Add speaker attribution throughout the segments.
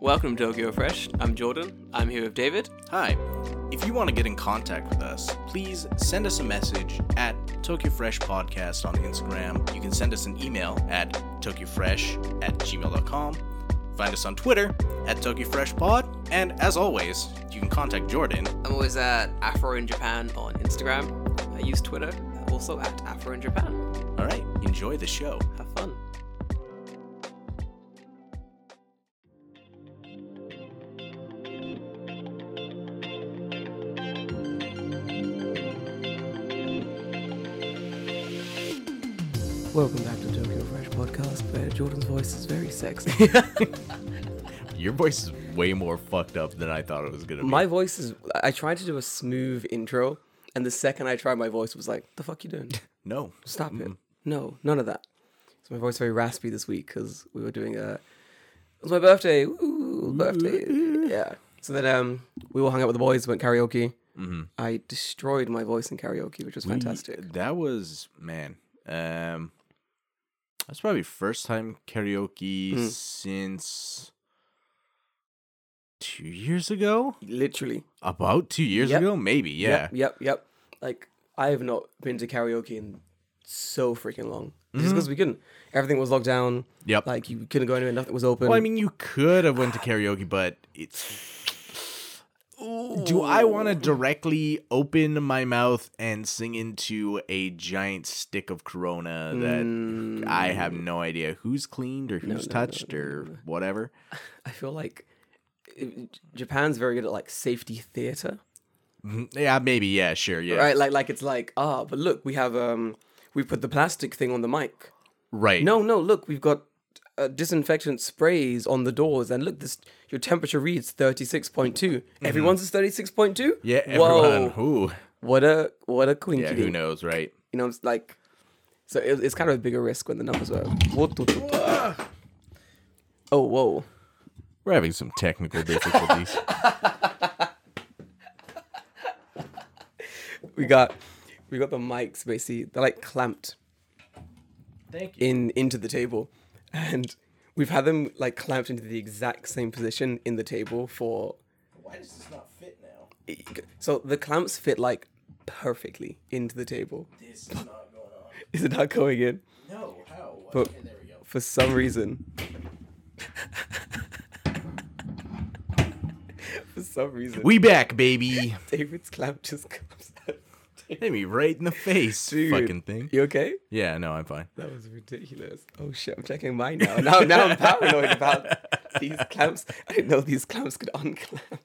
Speaker 1: Welcome to Tokyo Fresh. I'm Jordan. I'm here with David.
Speaker 2: Hi. If you want to get in contact with us, please send us a message at Tokyo Fresh Podcast on Instagram. You can send us an email at tokyofresh at gmail.com. Find us on Twitter at Tokyo Fresh Pod. And as always, you can contact Jordan.
Speaker 1: I'm always at Afro in Japan on Instagram. I use Twitter, also at Afro in Japan.
Speaker 2: All right, enjoy the show.
Speaker 1: Have fun. Welcome back to Tokyo Fresh Podcast, where Jordan's voice is very sexy.
Speaker 2: Your voice is way more fucked up than I thought it was going to be.
Speaker 1: my voice is. I tried to do a smooth intro, and the second I tried, my voice was like, "The fuck you doing?
Speaker 2: no.
Speaker 1: Stop it! No, none of that." So my voice is very raspy this week because we were doing a. It was my birthday. Ooh, birthday! yeah. So then um, we all hung out with the boys, went karaoke. I destroyed my voice in karaoke, which was fantastic.
Speaker 2: That was, man. Um, that's probably first time karaoke
Speaker 1: Hmm.
Speaker 2: since two years ago.
Speaker 1: Literally.
Speaker 2: About two years
Speaker 1: Yep.
Speaker 2: ago, maybe. Yeah.
Speaker 1: Yep, yep, yep. Like I have not been to karaoke in so freaking long. Just because we couldn't. Everything was locked down.
Speaker 2: Yep.
Speaker 1: Like you couldn't go anywhere. Nothing was open.
Speaker 2: Well, I mean, you could have went to karaoke, but it's. Do I want to directly open my mouth and sing into a giant stick of Corona that I have
Speaker 1: Hmm.
Speaker 2: no idea who's cleaned or who's touched or whatever?
Speaker 1: I feel like it- Japan's very good at like safety theater,
Speaker 2: Yeah, maybe. Yeah, sure. Yeah.
Speaker 1: right? Like, like it's like ah, but look, we have um, we put the plastic thing on the mic.
Speaker 2: Right.
Speaker 1: No, no, look, we've got uh, disinfectant sprays on the doors, and look, this your temperature reads thirty six point two. Everyone's is thirty six point two.
Speaker 2: Mm-hmm. Yeah,
Speaker 1: Whoa,
Speaker 2: everyone. Who?
Speaker 1: what a what a quinky.
Speaker 2: Yeah, who knows, right?
Speaker 1: you know, it's like, so it, it's kind of a bigger risk when the numbers are. Oh, whoa.
Speaker 2: We're having some technical difficulties.
Speaker 1: We got, we got the mics basically, they're like clamped.
Speaker 2: Thank you.
Speaker 1: In, into the table. And we've had them like clamped into the exact same position in the table for, e,
Speaker 2: Why does this not fit now?
Speaker 1: so the clamps fit like perfectly into the table.
Speaker 2: This is not going on.
Speaker 1: Is it not going in?
Speaker 2: No, how?
Speaker 1: But- Okay,
Speaker 2: there we go.
Speaker 1: For some reason. For some reason,
Speaker 2: We back, baby.
Speaker 1: David's clamp just comes out.
Speaker 2: Hit me right in the face,
Speaker 1: Dude.
Speaker 2: fucking thing.
Speaker 1: You okay?
Speaker 2: Yeah, no, I'm fine.
Speaker 1: That was ridiculous. Oh shit, I'm checking mine now. Now, now I'm paranoid about these clamps. I didn't know these clamps could unclamp.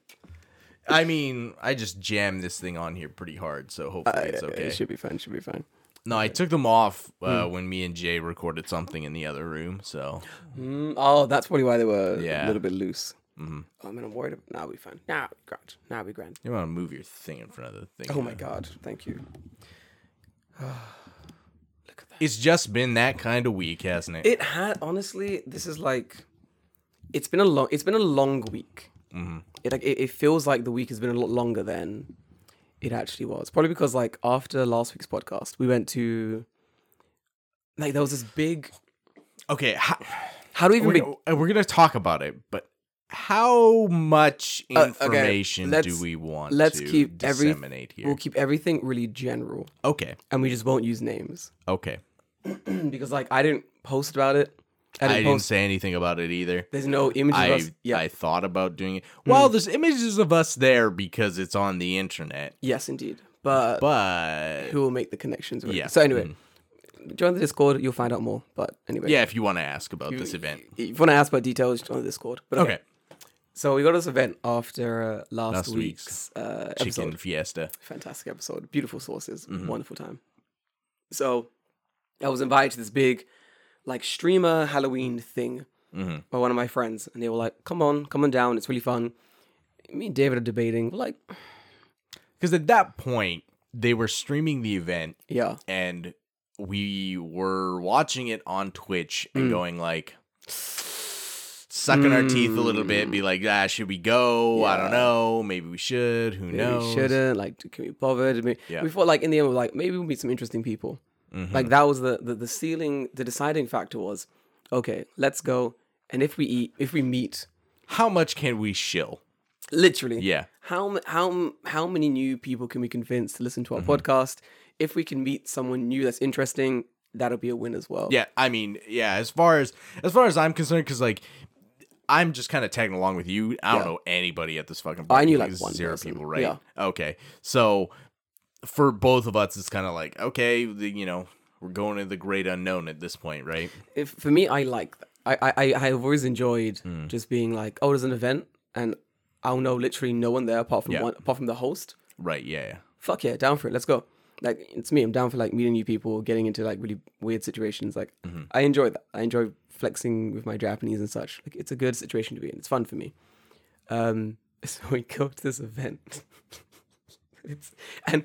Speaker 2: I mean, I just jammed this thing on here pretty hard, so hopefully it's okay.
Speaker 1: It should be fine. Should be fine.
Speaker 2: No, I took them off
Speaker 1: Hmm.
Speaker 2: uh, when me and Jay recorded something in the other room, so
Speaker 1: Mm, oh, that's probably why they were a
Speaker 2: Yeah. Mm-hmm.
Speaker 1: little bit loose. Oh man, I'm worried. About, now we fine. Now we grand. Now we grand.
Speaker 2: you want to move your thing in front of the thing.
Speaker 1: Oh my
Speaker 2: though.
Speaker 1: god, thank you.
Speaker 2: It's just been that kind of week, hasn't it?
Speaker 1: It had honestly. This is like, it's been a long. It's been a long week.
Speaker 2: Mm-hmm.
Speaker 1: It like it, it feels like the week has been a lot longer than it actually was. Probably because like after last week's podcast, we went to like there was this big.
Speaker 2: Okay, ho-
Speaker 1: How do we even
Speaker 2: we're,
Speaker 1: be,
Speaker 2: gonna- uh, we're gonna talk about it, but how much
Speaker 1: Uh, okay,
Speaker 2: information
Speaker 1: let's-
Speaker 2: do we want
Speaker 1: let's
Speaker 2: to
Speaker 1: keep every-
Speaker 2: disseminate here?
Speaker 1: We'll keep everything really general,
Speaker 2: Okay,
Speaker 1: and we just won't use names
Speaker 2: okay.
Speaker 1: because like I didn't post about it. I
Speaker 2: I
Speaker 1: didn't
Speaker 2: didn't
Speaker 1: post.
Speaker 2: say anything about it either.
Speaker 1: There's no images. of us.
Speaker 2: I
Speaker 1: Yeah. Hmm.
Speaker 2: I thought about doing it. Well, there's images of us there because it's on the internet,
Speaker 1: yes, indeed. But,
Speaker 2: but
Speaker 1: who will make the connections? with it?
Speaker 2: Yeah.
Speaker 1: So anyway, join the Discord. You'll find out more. But anyway.
Speaker 2: yeah, if you want to ask about this event,
Speaker 1: If you want to ask about details, join the Discord. But okay.
Speaker 2: okay,
Speaker 1: So we got this event after uh, last,
Speaker 2: Last
Speaker 1: week's,
Speaker 2: week's
Speaker 1: uh,
Speaker 2: chicken
Speaker 1: episode.
Speaker 2: fiesta.
Speaker 1: Fantastic episode. Beautiful sources. Wonderful time. So I was invited to this big, like, streamer Halloween thing by one of my friends. And they were like, come on, come on down. It's really fun. Me and David are debating. We're like,
Speaker 2: Because at that point, they were streaming the event
Speaker 1: yeah.
Speaker 2: and we were watching it on Twitch
Speaker 1: Mm.
Speaker 2: and going like sucking our teeth a little bit, be like, ah, should we go?
Speaker 1: Mm.
Speaker 2: I
Speaker 1: Yeah.
Speaker 2: don't know. Maybe we should. Who
Speaker 1: Maybe
Speaker 2: knows?
Speaker 1: we shouldn't. Like, do- can we bother? Maybe,
Speaker 2: Yeah. Mm-hmm.
Speaker 1: We thought, like, in the end, we're like, maybe we'll meet some interesting people. Like, that was the, the the ceiling, the deciding factor was, okay, let's go. And if we eat, if we meet,
Speaker 2: how much can we shill?
Speaker 1: Literally.
Speaker 2: Yeah.
Speaker 1: How m- how m- how many new people can we convince to listen to our
Speaker 2: Mm-hmm.
Speaker 1: podcast? If we can meet someone new that's interesting, that'll be a win as well.
Speaker 2: Yeah, I mean, yeah, as far as as far as I'm concerned cuz like I'm just kind of tagging along with you. I don't
Speaker 1: Yeah. Oh,
Speaker 2: know anybody at this fucking
Speaker 1: I knew,
Speaker 2: party.
Speaker 1: like, one
Speaker 2: zero
Speaker 1: person.
Speaker 2: people, right?
Speaker 1: Yeah.
Speaker 2: Okay. So for both of us it's kind of like, okay, the, you know, we're going to the great unknown at this point, right?
Speaker 1: If for me, I like that. I I I- I've always enjoyed
Speaker 2: Mm.
Speaker 1: just being like, oh, there's an event, and I'll know literally no one there apart from
Speaker 2: Yeah.
Speaker 1: one apart from the host.
Speaker 2: Right, yeah. yeah.
Speaker 1: Fuck yeah, down for it. Let's go. Like it's me. I'm down for like meeting new people, getting into like really weird situations. Like
Speaker 2: Mm-hmm.
Speaker 1: I enjoy that. I enjoy flexing with my Japanese and such. Like it's a good situation to be in. It's fun for me. Um, so we go to this event, it's, and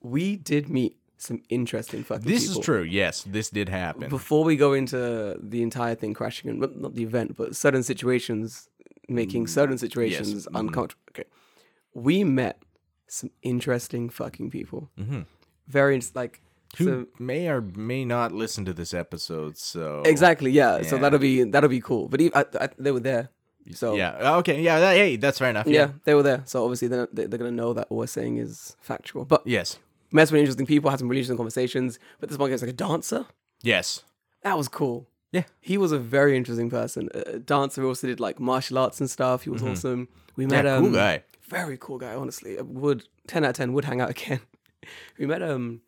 Speaker 1: we did meet some interesting fucking.
Speaker 2: This
Speaker 1: people
Speaker 2: is true. Yes, this did happen.
Speaker 1: before we go into the entire thing crashing and well, not the event, but certain situations
Speaker 2: Mm,
Speaker 1: making certain situations uncomfortable. Okay, we met some interesting fucking people. Mm-hmm. Very int- like so,
Speaker 2: Who may or may not listen to this episode, so
Speaker 1: exactly yeah, So
Speaker 2: Yeah.
Speaker 1: that'll be that'll be cool. But even, I, I, they were there, so yeah.
Speaker 2: Yeah. Okay. Yeah. That, hey, that's fair enough. Yeah.
Speaker 1: they were there. So obviously they're, they're gonna know that what we're saying is factual. But
Speaker 2: Yes.
Speaker 1: met some really interesting people, had some really interesting conversations. But this one guy's like a dancer.
Speaker 2: Yes.
Speaker 1: That was cool.
Speaker 2: Yeah.
Speaker 1: He was a very interesting person. A a dancer also did like martial arts and stuff. He was awesome. We met
Speaker 2: Mm-hmm. Yeah,
Speaker 1: um,
Speaker 2: cool guy.
Speaker 1: very cool guy. Honestly, I would ten out of ten would hang out again. we met um,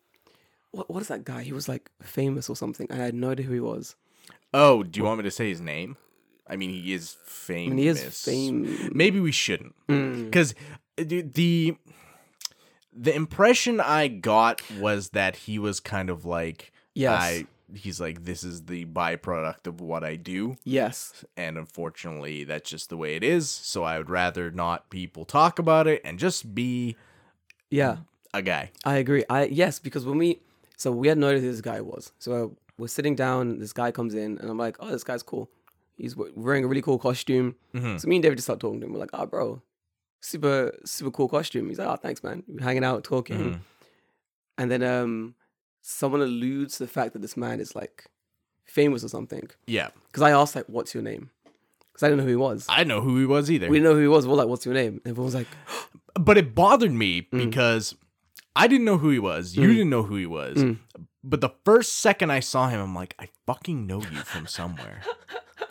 Speaker 1: what what is that guy? He was like famous or something, and I had no idea who he was.
Speaker 2: Oh, do you want me to say his name? I mean, he is famous.
Speaker 1: And he is fame. Mm.
Speaker 2: Maybe we shouldn't, because the the impression I got was that he was kind of like,
Speaker 1: Yes.
Speaker 2: I, he's like, this is the byproduct of what I do,
Speaker 1: Yes,
Speaker 2: and unfortunately, that's just the way it is. So I would rather not people talk about it and just be
Speaker 1: yeah,
Speaker 2: a guy.
Speaker 1: I agree. I yes, because when we so we had no idea who this guy was. So we're sitting down. This guy comes in, and I'm like, oh, this guy's cool. He's we- wearing a really cool costume.
Speaker 2: Hmm.
Speaker 1: So me and David just start talking to him. We're like, oh, bro, super super cool costume. He's like, oh, thanks, man. We're hanging out, talking,
Speaker 2: Hmm.
Speaker 1: and then um, someone alludes to the fact that this man is like famous or something.
Speaker 2: Yeah,
Speaker 1: Because I asked like, what's your name? Because I didn't know who he was.
Speaker 2: I didn't know who he was either.
Speaker 1: we didn't know who he was. We're like, what's your name? And everyone's like,
Speaker 2: but it bothered me
Speaker 1: Mm.
Speaker 2: because I didn't know who he was. You didn't know who he was.
Speaker 1: Mm.
Speaker 2: But the first second I saw him, I'm like, I fucking know you from somewhere.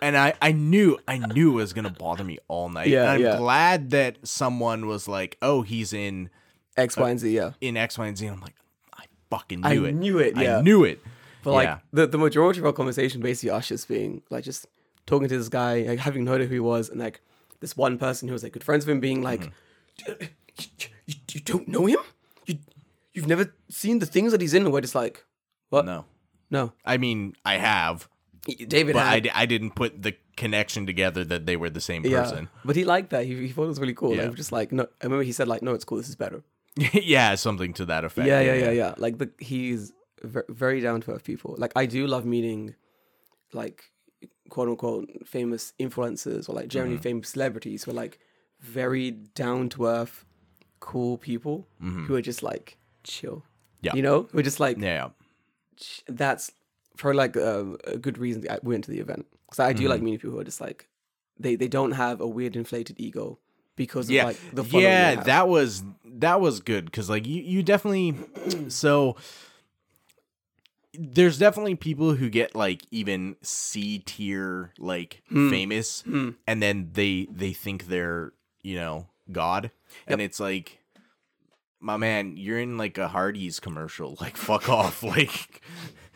Speaker 2: and I, I knew I knew it was gonna bother me all night.
Speaker 1: Yeah,
Speaker 2: and I'm
Speaker 1: yeah.
Speaker 2: glad that someone was like, Oh, he's in
Speaker 1: X, Y, and Z. Yeah.
Speaker 2: in X, Y, and Z. And I'm like, I fucking
Speaker 1: I
Speaker 2: knew it.
Speaker 1: knew it, yeah.
Speaker 2: I knew it.
Speaker 1: But like
Speaker 2: yeah.
Speaker 1: the, the majority of our conversation basically us just being like just talking to this guy, like having no idea who he was, and like this one person who was like good friends with him being like, "D-
Speaker 2: Mm-hmm.
Speaker 1: you, you, you don't know him? You you've never seen the things that he's in? And we're just like, what?
Speaker 2: No.
Speaker 1: no.
Speaker 2: I mean, I have,
Speaker 1: David
Speaker 2: but I,
Speaker 1: had,
Speaker 2: d- I didn't put the connection together that they were the same
Speaker 1: yeah,
Speaker 2: person.
Speaker 1: but he liked that. He, he thought it was really cool.
Speaker 2: Yeah.
Speaker 1: Like, just like no, I remember he said like, no, it's cool. This is better.
Speaker 2: yeah, something to that effect.
Speaker 1: yeah, yeah, yeah, yeah. Like the he's ver- very down to earth people. Like I do love meeting, like quote unquote famous influencers or like generally
Speaker 2: Mm-hmm.
Speaker 1: famous celebrities who are like very down to earth, cool people who are just like chill.
Speaker 2: Mm-hmm. Yeah.
Speaker 1: you know, we're just like
Speaker 2: Yeah.
Speaker 1: ch- that's for like um, a good reason that I went to the event because I do like
Speaker 2: Mm-hmm.
Speaker 1: meeting people who are just like they they don't have a weird inflated ego because of like the following they
Speaker 2: yeah
Speaker 1: have.
Speaker 2: that was that was good because like you you definitely so there's definitely people who get like even c tier like
Speaker 1: Hmm.
Speaker 2: famous and then they they think they're you know god and it's like my man you're in like a hardee's commercial like fuck off like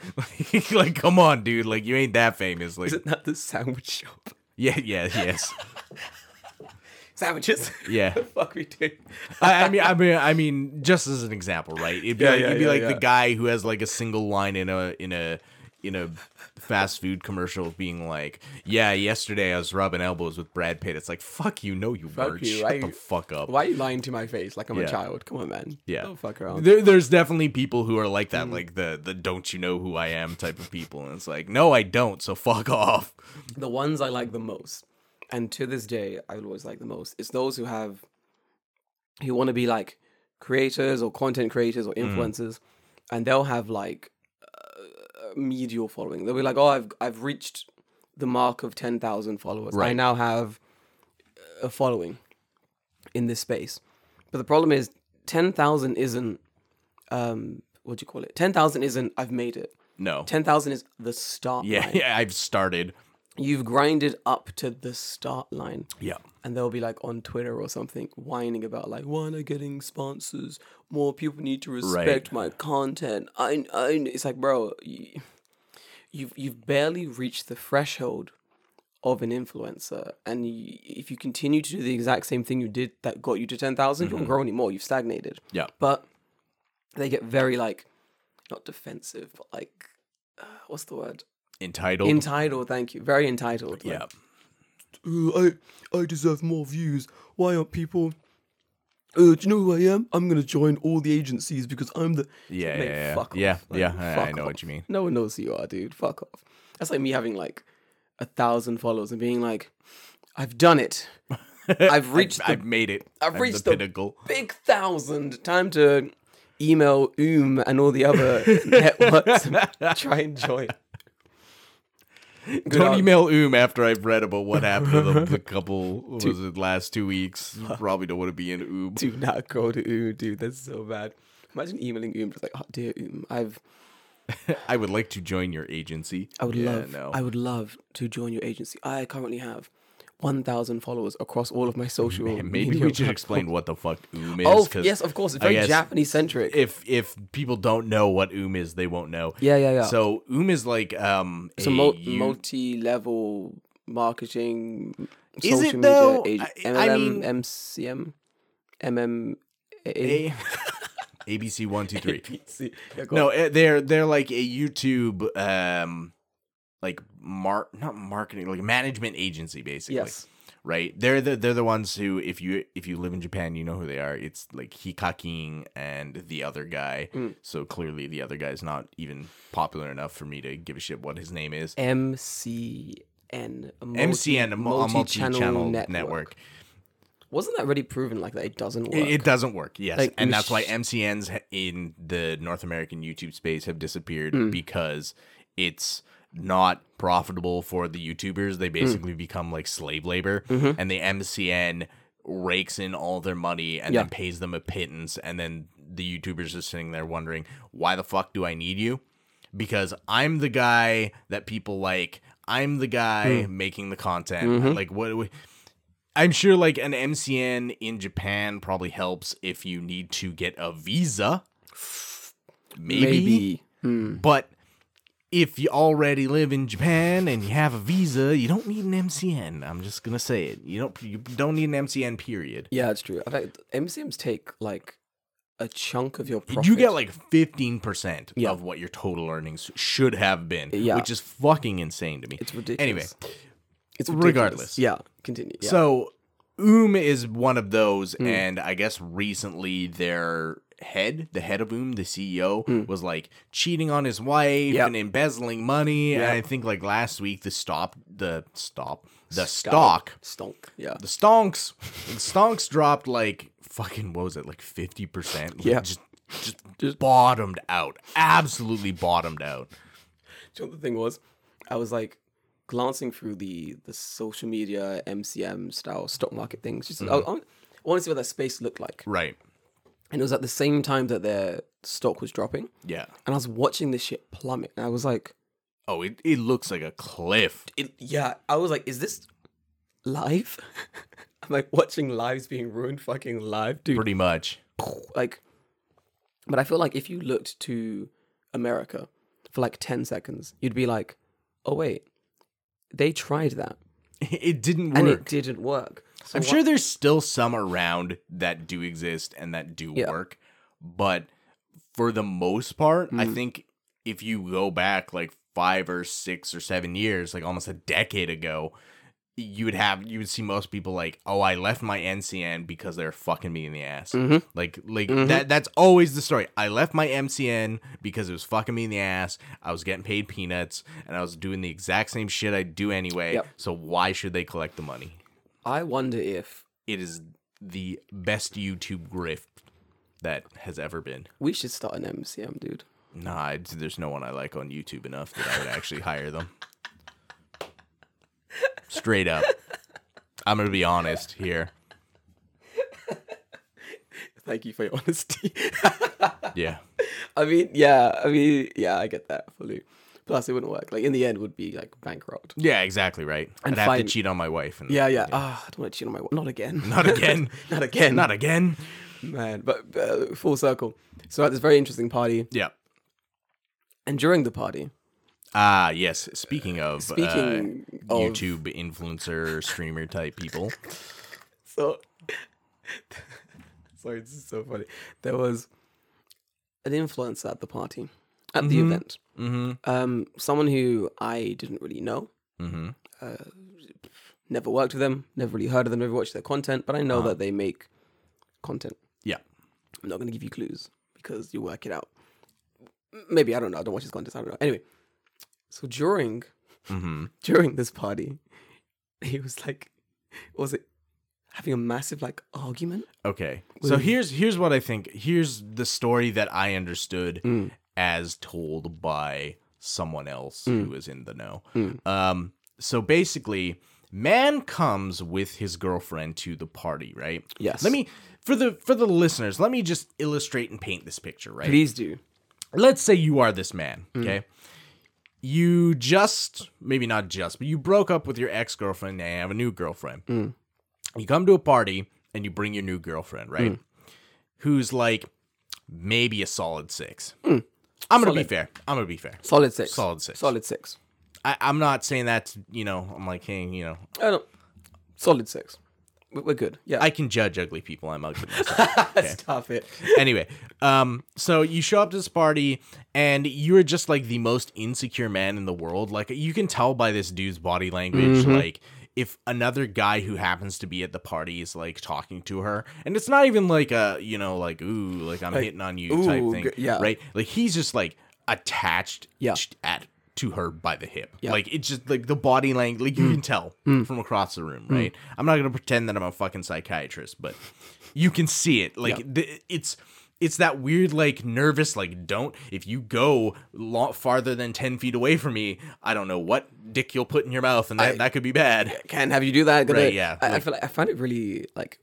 Speaker 2: like, like come on dude like you ain't that famous like
Speaker 1: isn't that the sandwich shop
Speaker 2: yeah yeah yes
Speaker 1: sandwiches.
Speaker 2: yeah
Speaker 1: the fuck we do.
Speaker 2: I, I mean, I mean, I mean, just as an example, right? It'd be
Speaker 1: Yeah,
Speaker 2: like,
Speaker 1: yeah,
Speaker 2: it'd be
Speaker 1: yeah,
Speaker 2: like
Speaker 1: yeah.
Speaker 2: the guy who has like a single line in a in a in a fast food commercial, being like, "Yeah, yesterday I was rubbing elbows with Brad Pitt." It's like, "Fuck you, no, you weren't.
Speaker 1: you,
Speaker 2: Shut
Speaker 1: why
Speaker 2: the
Speaker 1: you-
Speaker 2: fuck up."
Speaker 1: Why are you lying to my face like I'm
Speaker 2: Yeah.
Speaker 1: a child? Come on, man.
Speaker 2: Yeah.
Speaker 1: Don't fuck around.
Speaker 2: There, there's definitely people who are like
Speaker 1: Hmm.
Speaker 2: that, like the the "Don't you know who I am" type of people, and it's like, "No, I don't. So fuck off."
Speaker 1: The ones I like the most, and to this day, I will always like the most, is those who have, who want to be like creators or content creators or
Speaker 2: Mm.
Speaker 1: influencers, and they'll have like uh, a medial following. They'll be like, oh, I've, I've reached the mark of 10,000 followers. I
Speaker 2: Right.
Speaker 1: now have a following in this space. But the problem is, ten thousand isn't. Um, what do you call it? Ten thousand isn't. I've made it.
Speaker 2: No.
Speaker 1: Ten thousand is the start
Speaker 2: yeah,
Speaker 1: line.
Speaker 2: yeah, I've started.
Speaker 1: You've grinded up to the start line.
Speaker 2: Yeah.
Speaker 1: And they'll be like on Twitter or something whining about like, why am I getting sponsors? More people need to respect my content. I, I, it's like, bro, you, you've you've barely reached the threshold of an influencer, and you, if you continue to do the exact same thing you did that got you to ten you won't grow anymore. You've stagnated.
Speaker 2: Yeah.
Speaker 1: But they get very like, not defensive, but like, uh, what's the word?
Speaker 2: Entitled.
Speaker 1: Entitled. Thank you. Very entitled. Like,
Speaker 2: yeah.
Speaker 1: uh, I I deserve more views. Why aren't people? Uh, do you know who I am? I'm gonna join all the agencies because I'm the
Speaker 2: Yeah,
Speaker 1: Mate,
Speaker 2: yeah, yeah.
Speaker 1: fuck off.
Speaker 2: Yeah,
Speaker 1: Like,
Speaker 2: yeah, I- I
Speaker 1: fuck
Speaker 2: know what
Speaker 1: off.
Speaker 2: you mean.
Speaker 1: No one knows who you are, dude. Fuck off. That's like me having like a thousand followers and being like, I've done it. I've reached the
Speaker 2: I've made it.
Speaker 1: I've
Speaker 2: I'm
Speaker 1: reached
Speaker 2: the
Speaker 1: the-
Speaker 2: pinnacle.
Speaker 1: big thousand. Time to email Oom and all the other networks. and Try and join.
Speaker 2: Don't
Speaker 1: old-
Speaker 2: email Oom after I've read about what happened to them the couple what was it last two weeks. You Probably don't want to be in Oom.
Speaker 1: do not go to Oom, dude. That's so bad. Imagine emailing Oom just like, oh, dear
Speaker 2: um,
Speaker 1: Oom, I've
Speaker 2: I would like to join your agency.
Speaker 1: I would
Speaker 2: yeah,
Speaker 1: love
Speaker 2: No.
Speaker 1: I would love to join your agency. I currently have one thousand followers across all of my social
Speaker 2: And
Speaker 1: media
Speaker 2: maybe we should
Speaker 1: platforms.
Speaker 2: explain what the fuck Oom is.
Speaker 1: Oh
Speaker 2: 'cause
Speaker 1: yes, of course. It's
Speaker 2: I
Speaker 1: very
Speaker 2: guess-
Speaker 1: Japanese centric.
Speaker 2: If if people don't know what Oom is, they won't know.
Speaker 1: Yeah, yeah, yeah.
Speaker 2: So Oom is like um
Speaker 1: It's a mul- multi-level marketing
Speaker 2: Is
Speaker 1: social
Speaker 2: it
Speaker 1: media
Speaker 2: though?
Speaker 1: ag-
Speaker 2: I- I
Speaker 1: MLM,
Speaker 2: mean-
Speaker 1: MCM, MM.
Speaker 2: ABC one two three.
Speaker 1: PC. Yeah, go
Speaker 2: No,
Speaker 1: on.
Speaker 2: eh, they're they're like a YouTube um like mar not marketing like management agency basically.
Speaker 1: Yes.
Speaker 2: Right? They're the they're the ones who if you if you live in Japan, you know who they are. It's like Hikaking and the other guy. So clearly the other guy's not even popular enough for me to give a shit what his name is.
Speaker 1: MCN. a multi-
Speaker 2: MCN a mul- a multi-channel, network.
Speaker 1: Wasn't that already proven? Like that it doesn't work.
Speaker 2: It, it doesn't work. Yes,
Speaker 1: Like,
Speaker 2: and that's why
Speaker 1: mach-
Speaker 2: MCNs ha- in the North American YouTube space have disappeared
Speaker 1: Mm.
Speaker 2: because it's not profitable for the YouTubers.
Speaker 1: Mm.
Speaker 2: They basically become like slave labor,
Speaker 1: Mm-hmm.
Speaker 2: and the MCN rakes in all their money and then
Speaker 1: Yeah.
Speaker 2: pays them a pittance, and then the YouTubers are sitting there wondering why the fuck do I need you? Because I'm the guy that people like. I'm the guy
Speaker 1: Mm.
Speaker 2: making the content.
Speaker 1: Mm-hmm.
Speaker 2: Like what? what I'm sure like an MCN in Japan probably helps if you need to get a visa. Maybe.
Speaker 1: Maybe.
Speaker 2: But if you already live in Japan and you have a visa, you don't need an MCN. I'm just going to say it. You don't you don't need an MCN period.
Speaker 1: Yeah, it's true. In fact, MCMs take like a chunk of your profit.
Speaker 2: You get like 15%
Speaker 1: Yeah.
Speaker 2: of what your total earnings should have been,
Speaker 1: Yeah.
Speaker 2: which is fucking insane to me.
Speaker 1: it's ridiculous.
Speaker 2: Anyway,
Speaker 1: it's
Speaker 2: regardless.
Speaker 1: Yeah, continue. Yeah. Hmm.
Speaker 2: So Oom is one of those, and I guess recently their head, the head of Oom, the CEO, was like cheating on his wife
Speaker 1: Hmm. Yep.
Speaker 2: and embezzling money. And I
Speaker 1: Yep.
Speaker 2: think like last week the stop the stop the
Speaker 1: Sky-
Speaker 2: stock
Speaker 1: stonk. Yeah,
Speaker 2: the stonks the stonks dropped like fucking what was it like fifty percent?
Speaker 1: Yeah.
Speaker 2: Just just bottomed out. Absolutely bottomed out.
Speaker 1: Do you know what the thing was? I was like glancing through the the social media MCM style stock market things. Just I,
Speaker 2: Mm-hmm.
Speaker 1: I want to see what that space looked like.
Speaker 2: Right.
Speaker 1: And it was at the same time that their stock was dropping,
Speaker 2: Yeah.
Speaker 1: and I was watching this shit plummet. And I was like,
Speaker 2: Oh, it, it looks like a cliff.
Speaker 1: it, yeah, I was like, is this live? I'm like watching lives being ruined, fucking live, dude.
Speaker 2: Pretty much.
Speaker 1: like but i feel like if you looked to america for like 10 seconds you'd be like oh wait they tried that
Speaker 2: It didn't work.
Speaker 1: and it didn't work so
Speaker 2: I'm
Speaker 1: why-
Speaker 2: sure there's still some around that do exist and that do work, but for the most part,
Speaker 1: Hmm.
Speaker 2: I think if you go back like five or six or seven years, like almost a decade ago, you would have you would see most people like, oh, I left my NCN because they're fucking me in the ass.
Speaker 1: Mm-hmm.
Speaker 2: Like like that that's always the story. I left my MCN because it was fucking me in the ass. I was getting paid peanuts and I was doing the exact same shit I do anyway.
Speaker 1: Yep.
Speaker 2: So why should they collect the money?
Speaker 1: i wonder if
Speaker 2: it is the best YouTube grift that has ever been.
Speaker 1: we should start an mcm dude
Speaker 2: Nah, it's, there's no one I like on YouTube enough that I would actually hire them. Straight up. I'm gonna be honest here.
Speaker 1: Thank you for your honesty.
Speaker 2: Yeah.
Speaker 1: I mean, yeah, I mean, yeah, I get that fully. Plus, it wouldn't work. Like in the end, would be like bankrupt.
Speaker 2: Yeah, exactly right.
Speaker 1: And
Speaker 2: I'd have
Speaker 1: fine.
Speaker 2: to cheat on my wife. And
Speaker 1: Yeah, yeah. Ah, I don't want to cheat on my wife. Not again.
Speaker 2: Not again.
Speaker 1: Not again.
Speaker 2: Not again.
Speaker 1: man. But uh, full circle. So at this very interesting party,
Speaker 2: Yeah.
Speaker 1: and during the party,
Speaker 2: Ah, yes. Speaking of uh,
Speaker 1: speaking of
Speaker 2: YouTube influencer streamer type people.
Speaker 1: so sorry, this is so funny. There was an influencer at the party, at the event. Mm-hmm. Um, someone who I didn't really know. Uh,
Speaker 2: Mm-hmm.
Speaker 1: never worked with them, never really heard of them, never watched their content, but I know
Speaker 2: Uh-huh.
Speaker 1: that they make content.
Speaker 2: Yeah.
Speaker 1: I'm not going to give you clues because you work it out. M- Maybe I don't know. I don't watch his content. I don't know. Anyway, so during
Speaker 2: Mm-hmm.
Speaker 1: during this party, he was like, was it having a massive like argument?
Speaker 2: Okay. So here's here's what I think. Here's the story that I understood as told by someone else who was in the know. Um so basically man comes with his girlfriend to the party, right?
Speaker 1: Yes.
Speaker 2: Let me for the for the listeners, let me just illustrate and paint this picture, right?
Speaker 1: Please do.
Speaker 2: let's say you are this man, okay? You just, maybe not just, but you broke up with your ex girlfriend and have a new girlfriend. You come to a party and you bring your new girlfriend, right? Who's like maybe a solid six. I'm going to be fair. I'm going to be fair.
Speaker 1: Solid six.
Speaker 2: Solid six.
Speaker 1: Solid six.
Speaker 2: I, I'm not saying that, you know, I'm like, hey, you know,
Speaker 1: I don't. Oh, Solid six. We- We're good. Yeah.
Speaker 2: I can judge ugly people. I'm ugly myself.
Speaker 1: Stop it.
Speaker 2: anyway, um, so you show up to this party and you're just like the most insecure man in the world. Like you can tell by this dude's body language,
Speaker 1: Mm-hmm.
Speaker 2: like if another guy who happens to be at the party is like talking to her, and it's not even like a you know like ooh like I'm hitting on you type
Speaker 1: ooh,
Speaker 2: thing,
Speaker 1: g- yeah.
Speaker 2: right? Like he's just like attached,
Speaker 1: Yeah.
Speaker 2: at to her by the hip. Like it's just like the body language, like
Speaker 1: Mm.
Speaker 2: you can tell from across the room, right? I'm not gonna pretend that I'm a fucking psychiatrist, but you can see it. Like the, it's it's that weird like nervous like don't if you go lot farther than 10 feet away from me i don't know what dick you'll put in your mouth and that, that could be bad
Speaker 1: can't have you do that. Gonna,
Speaker 2: Right, yeah,
Speaker 1: I, I
Speaker 2: like-
Speaker 1: feel like I find it really like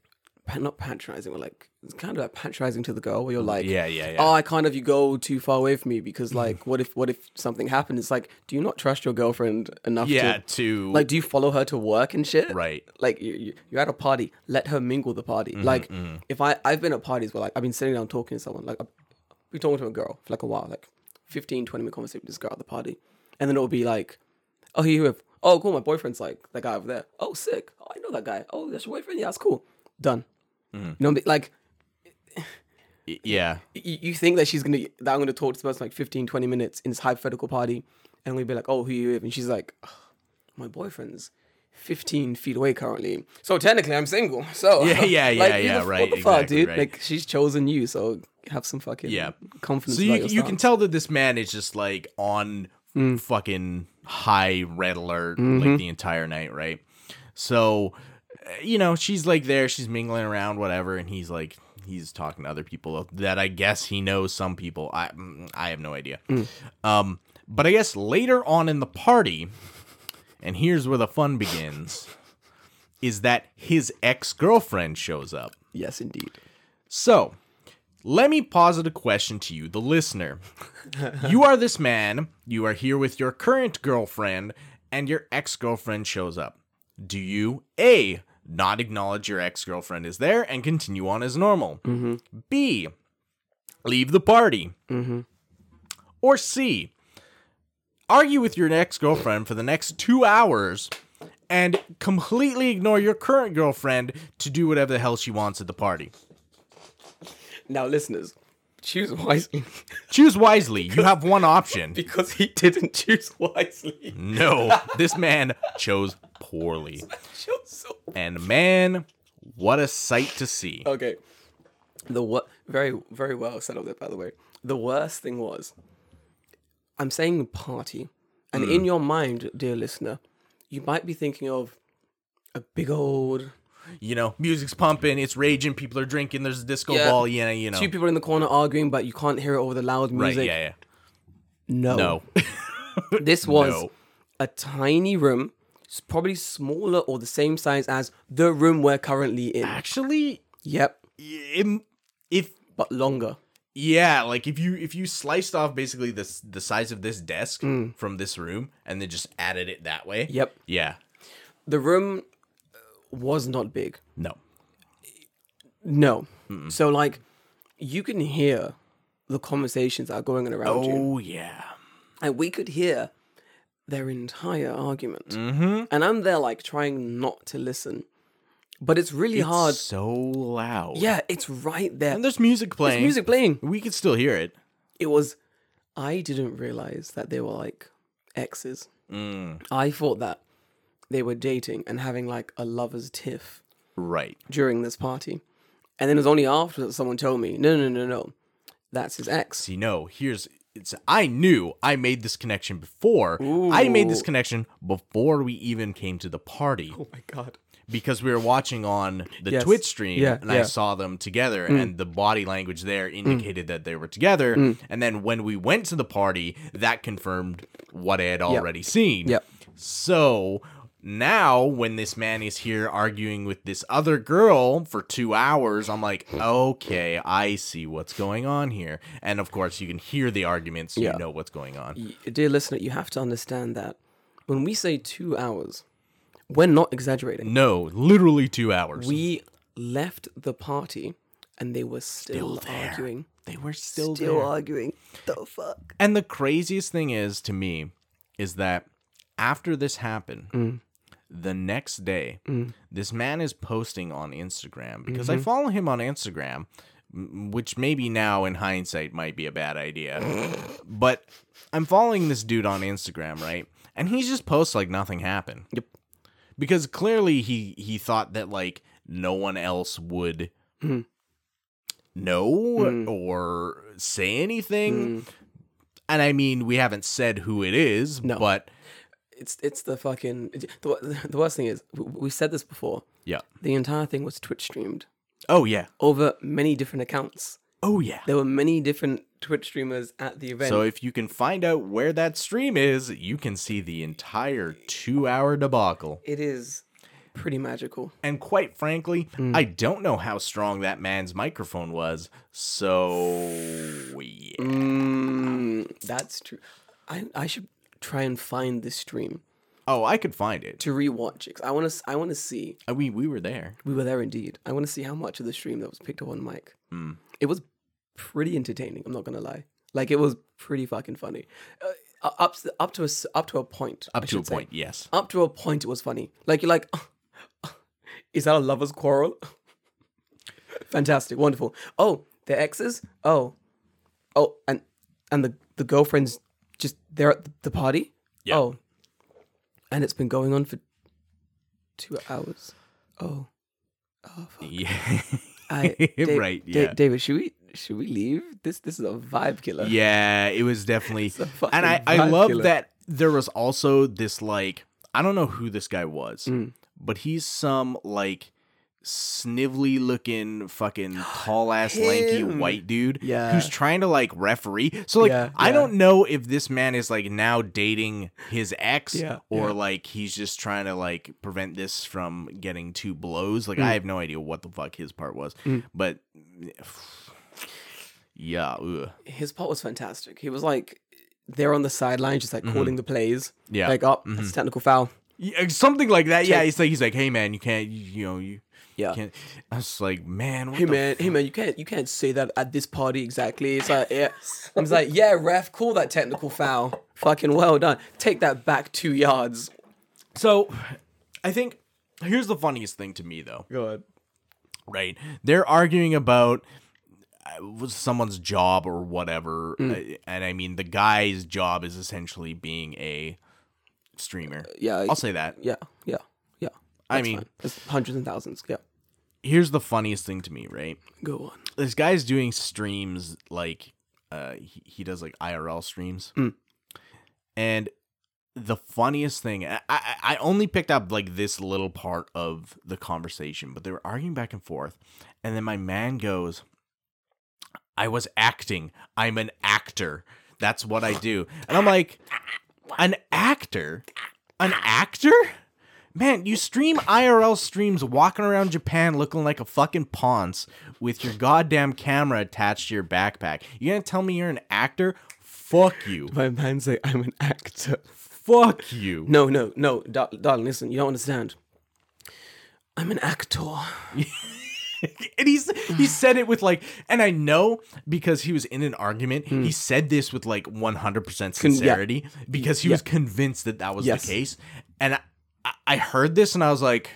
Speaker 1: pa- not patronizing, but like it's kind of like patronizing to the girl where you're like,
Speaker 2: Mm, yeah, yeah, Mm. yeah.
Speaker 1: Oh, I can't have you go too far away from me because like, what if what if something happened? It's like, do you not trust your girlfriend enough?
Speaker 2: yeah
Speaker 1: To,
Speaker 2: to
Speaker 1: like, do you follow her to work and shit?
Speaker 2: Right.
Speaker 1: Like, you, you, you're at a party. Let her mingle the party. like, if I I've been at parties where like I've been sitting down talking to someone. Like, I've been talking to a girl for like a while, like 15, 20 minute conversation with this girl at the party, and then it'll be like, oh, who you with? Oh, cool. My boyfriend's like that guy over there. Oh, sick. Oh, I know that guy. Oh, that's your boyfriend. Yeah, that's cool. Done. You know, what I mean? like
Speaker 2: y- yeah
Speaker 1: you, you think that she's gonna that I'm gonna talk to this person like 15, 20 minutes in this hypothetical party, and we'd be like, oh, who you with? And she's like, "Ugh, my boyfriend's 15 feet away currently. So technically, I'm single. So
Speaker 2: Yeah, yeah,
Speaker 1: like,
Speaker 2: yeah,
Speaker 1: who
Speaker 2: yeah,
Speaker 1: the-
Speaker 2: right,
Speaker 1: What the fuck,
Speaker 2: exactly,
Speaker 1: dude?
Speaker 2: right.
Speaker 1: Like she's chosen you, so have some fucking
Speaker 2: Yeah.
Speaker 1: confidence.
Speaker 2: So
Speaker 1: about
Speaker 2: you,
Speaker 1: your
Speaker 2: you
Speaker 1: style.
Speaker 2: can tell that this man is just like on fucking high red alert like the entire night, right? So, uh, you know, she's like there, she's mingling around, whatever, and he's like, he's talking to other people that I guess he knows some people. I mm, I have no idea. Um, but I guess later on in the party, and here's where the fun begins, is that his ex girlfriend shows up.
Speaker 1: Yes, indeed.
Speaker 2: So, let me posit a question to you, the listener. you are this man, you are here with your current girlfriend, and your ex girlfriend shows up. Do you, A, not acknowledge your ex girlfriend is there and continue on as normal? B, leave the party? Or C, argue with your ex girlfriend for the next two hours? And completely ignore your current girlfriend to do whatever the hell she wants at the party.
Speaker 1: Now, listeners, choose wisely
Speaker 2: Choose wisely. You have one option.
Speaker 1: because he didn't choose wisely.
Speaker 2: No, this man chose poorly.
Speaker 1: Chose so
Speaker 2: And man, what a sight to see.
Speaker 1: Okay. The what? Very, very well set up there, by the way. The worst thing was, I'm saying party, and in
Speaker 2: Hmm.
Speaker 1: your mind, dear listener, you might be thinking of a big old
Speaker 2: You know, music's pumping, it's raging, people are drinking, there's a disco
Speaker 1: Yeah.
Speaker 2: ball, yeah, you know.
Speaker 1: two people in the corner arguing, but you can't hear it over the loud
Speaker 2: right,
Speaker 1: music.
Speaker 2: yeah, yeah.
Speaker 1: No,
Speaker 2: No.
Speaker 1: this was
Speaker 2: No.
Speaker 1: a tiny room s- probably smaller or the same size as the room we're currently in.
Speaker 2: Actually,
Speaker 1: Yep,
Speaker 2: im- if
Speaker 1: but longer.
Speaker 2: yeah, like if you if you sliced off basically this the size of this desk from this room and then just added it that way.
Speaker 1: Yep.
Speaker 2: Yeah.
Speaker 1: The room uh, was not big.
Speaker 2: No.
Speaker 1: No. So like you can hear the conversations that are going on around you.
Speaker 2: Oh yeah.
Speaker 1: And we could hear their entire argument. Mm-hmm. And I'm there like trying not to listen. But it's really hard.
Speaker 2: So loud.
Speaker 1: Yeah, it's right there.
Speaker 2: And there's music playing.
Speaker 1: There's music playing.
Speaker 2: We could still hear it.
Speaker 1: It was I didn't realize that they were like exes. I thought that they were dating and having like a lover's tiff.
Speaker 2: Right.
Speaker 1: during this party. And then it was only after that someone told me, no, no, no, no, that's his ex.
Speaker 2: See, no, here's it's I knew I made this connection before. I made this
Speaker 1: Ooh.
Speaker 2: connection before we even came to the party
Speaker 1: my God.
Speaker 2: because we were watching on the
Speaker 1: Yes.
Speaker 2: Twitch stream
Speaker 1: Yeah,
Speaker 2: and I
Speaker 1: yeah. Mm.
Speaker 2: saw them together and the body language there indicated that they were together and then when we went to the party that confirmed what I had already seen.
Speaker 1: Yep.
Speaker 2: So now when this man is here arguing with this other girl for 2 hours I'm like okay I see what's going on here and of course you can hear the arguments so
Speaker 1: Yeah.
Speaker 2: you know what's going on.
Speaker 1: Dear listener, you have to understand that when we say two hours, we're not exaggerating.
Speaker 2: No, literally 2 hours.
Speaker 1: We left the party and they were still, arguing.
Speaker 2: they were still,
Speaker 1: Still
Speaker 2: there.
Speaker 1: arguing. The fuck?
Speaker 2: And the craziest thing is to me is that after this happened, the next day, this man is posting on Instagram because I follow him on Instagram, m- which maybe now in hindsight might be a bad idea. but I'm following this dude on Instagram, right? And he just posts like nothing happened.
Speaker 1: Yep.
Speaker 2: Because clearly he he thought that like no one else would know or say anything. And I mean, we haven't said who it is, but
Speaker 1: It's, it's the fucking. The, wor- the worst thing is, we, we said this before.
Speaker 2: yeah.
Speaker 1: The entire thing was Twitch streamed
Speaker 2: Oh yeah.
Speaker 1: over many different accounts.
Speaker 2: Oh yeah.
Speaker 1: There were many different Twitch streamers at the event.
Speaker 2: So if you can find out where that stream is, you can see the entire 2-hour debacle.
Speaker 1: It is pretty magical.
Speaker 2: And quite frankly,
Speaker 1: Hmm.
Speaker 2: I don't know how strong that man's microphone was. So yeah.
Speaker 1: Mm, that's true. I, I should try and find this stream
Speaker 2: Oh, I could find it.
Speaker 1: to rewatch it. 'cause I want to. I want to see.
Speaker 2: I mean, we were there.
Speaker 1: We were there indeed. I want to see how much of the stream that was picked up on mic.
Speaker 2: Hmm.
Speaker 1: It was pretty entertaining. I'm not gonna lie. Like it was pretty fucking funny. Uh, u- up s- up to a s- up to a point.
Speaker 2: Up
Speaker 1: I
Speaker 2: to a
Speaker 1: should say.
Speaker 2: point, yes.
Speaker 1: Up to a point, it was funny. Like you're like, is that a lover's quarrel? Fantastic, wonderful. Oh, their exes. Oh, oh, and and the the girlfriends just they're at the party.
Speaker 2: Yeah.
Speaker 1: Oh, and it's been going on for two hours. Oh,
Speaker 2: Yeah.
Speaker 1: I
Speaker 2: Right,
Speaker 1: Da-
Speaker 2: yeah.
Speaker 1: David, should we should we leave? This this is a vibe killer.
Speaker 2: Yeah, it was definitely.
Speaker 1: a fucking
Speaker 2: And I, I
Speaker 1: vibe
Speaker 2: love
Speaker 1: killer.
Speaker 2: that there was also this, like, I don't know who this guy was,
Speaker 1: Mm.
Speaker 2: but he's some, like, snivelly looking fucking tall ass lanky
Speaker 1: Him.
Speaker 2: white dude
Speaker 1: Yeah.
Speaker 2: who's trying to like referee so like
Speaker 1: Yeah,
Speaker 2: i
Speaker 1: yeah.
Speaker 2: don't know if this man is like now dating his ex
Speaker 1: Yeah,
Speaker 2: or like he's just trying to like prevent this from getting two blows
Speaker 1: Mm.
Speaker 2: like i have no idea what the fuck his part was but yeah ugh.
Speaker 1: his part was fantastic. He was like they're on the sideline, just like
Speaker 2: Mm-hmm.
Speaker 1: calling the plays.
Speaker 2: Yeah. Mm-hmm.
Speaker 1: like up. That's a technical foul.
Speaker 2: Yeah, uh, something like that. Yeah, he's like he's like, hey man, you can't, you, you know, you
Speaker 1: Yeah.
Speaker 2: can't. I was like, man, what
Speaker 1: Hey
Speaker 2: the
Speaker 1: man, hey man, you can't you can't say that at this party exactly. It's like yeah, I was like yeah, ref, call that technical foul. Fucking well done. Take that back two yards.
Speaker 2: f-" So, I think here's the funniest thing to me though.
Speaker 1: Good.
Speaker 2: Right, they're arguing about uh, was someone's job or whatever,
Speaker 1: Mm.
Speaker 2: uh, and I mean the guy's job is essentially being a streamer.
Speaker 1: Uh, Yeah,
Speaker 2: I'll say that.
Speaker 1: yeah, yeah, yeah.
Speaker 2: I
Speaker 1: That's
Speaker 2: mean-
Speaker 1: fine. it's hundreds and thousands. Yeah,
Speaker 2: Here's the funniest thing to me. Right,
Speaker 1: go on.
Speaker 2: this guy's doing streams like uh he, he does like IRL streams. And the funniest thing I, I I only picked up like this little part of the conversation, but they were arguing back and forth and then my man goes I was acting. I'm an actor. That's what I do. And I'm like an actor? An actor? Man, you stream IRL streams walking around Japan looking like a fucking ponce with your goddamn camera attached to your backpack. You gonna tell me you're an actor? Fuck you.
Speaker 1: My man say I'm an actor.
Speaker 2: Fuck you.
Speaker 1: No, no, no, dar- darling. Listen, you don't understand. I'm an actor.
Speaker 2: and he's he said it with like and i know because he was in an argument he said this with like 100%
Speaker 1: Hmm. yeah.
Speaker 2: sincerity because he was convinced that that was
Speaker 1: Yes.
Speaker 2: the case and I- I, I heard this and i was like